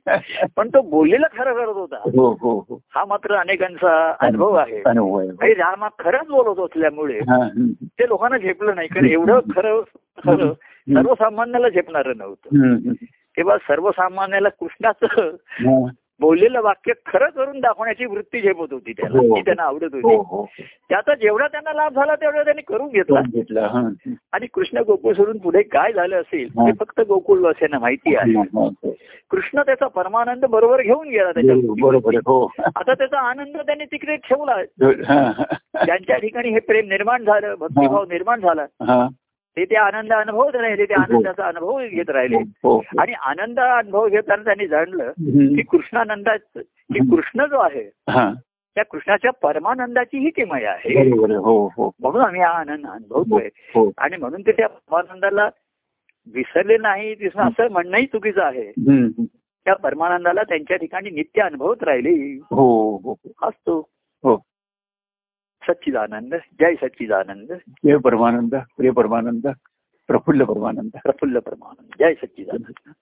पण तो बोललेला खरं करत होता हो हो हो हा मात्र अनेकांचा अनुभव आहे अनुभव आहे. आणि राम हा खरंच बोलत असल्यामुळे हा. हम्म. ते लोकांना झेपलं नाही कारण एवढं खरं खरं हम्म. सर्वसामान्याला झेपणारं नव्हतं हम्म. तेव्हा सर्वसामान्याला कृष्णाचं हा. बोललेलं वाक्य खरं करून दाखवण्याची वृत्ती झेपत होती त्याला हो. ती त्यांना आवडत हो होती हो त्याचा जेवढा त्यांना लाभ झाला तेवढा त्यांनी करून घेतला तो घेतला हा. आणि कृष्ण गोकुळ सोडून पुढे काय झालं असेल हा. ते फक्त गोकुळवासियांना माहिती आहे हा. कृष्ण त्याचा परमानंद बरोबर घेऊन गेला त्याच्या बरोबर आहे. हो आता त्याचा आनंद त्यांनी तिकडे ठेवला हा. ज्यांच्या ठिकाणी हे प्रेम निर्माण झालं भक्तिभाव निर्माण झाला हा. ते ते आनंद अनुभवत राहिले ते हो. आनंदाचा अनुभव घेत राहिले हो. आणि आनंद अनुभव घेताना त्यांनी जाणलं हम्म. की कृष्णानंदा की कृष्ण जो आहे हा. त्या कृष्णाच्या परमानंदाची ही किमया आहे बरोबर आहे. हो हो म्हणून आम्ही हा आनंद अनुभवतोय हो आणि म्हणून ते त्या परमानंदाला विसरले नाही दिसणं असं म्हणणंही चुकीचं आहे हम्म. त्या परमानंदाला त्यांच्या ठिकाणी नित्य अनुभवत राहिले हो हो असतो हो. सच्चिदानंद जय सच्चिदानंद प्रिय परमानंद प्रिय परमानंद प्रफुल्ल परमानंद प्रफुल्ल परमानंद जय सच्चिदानंद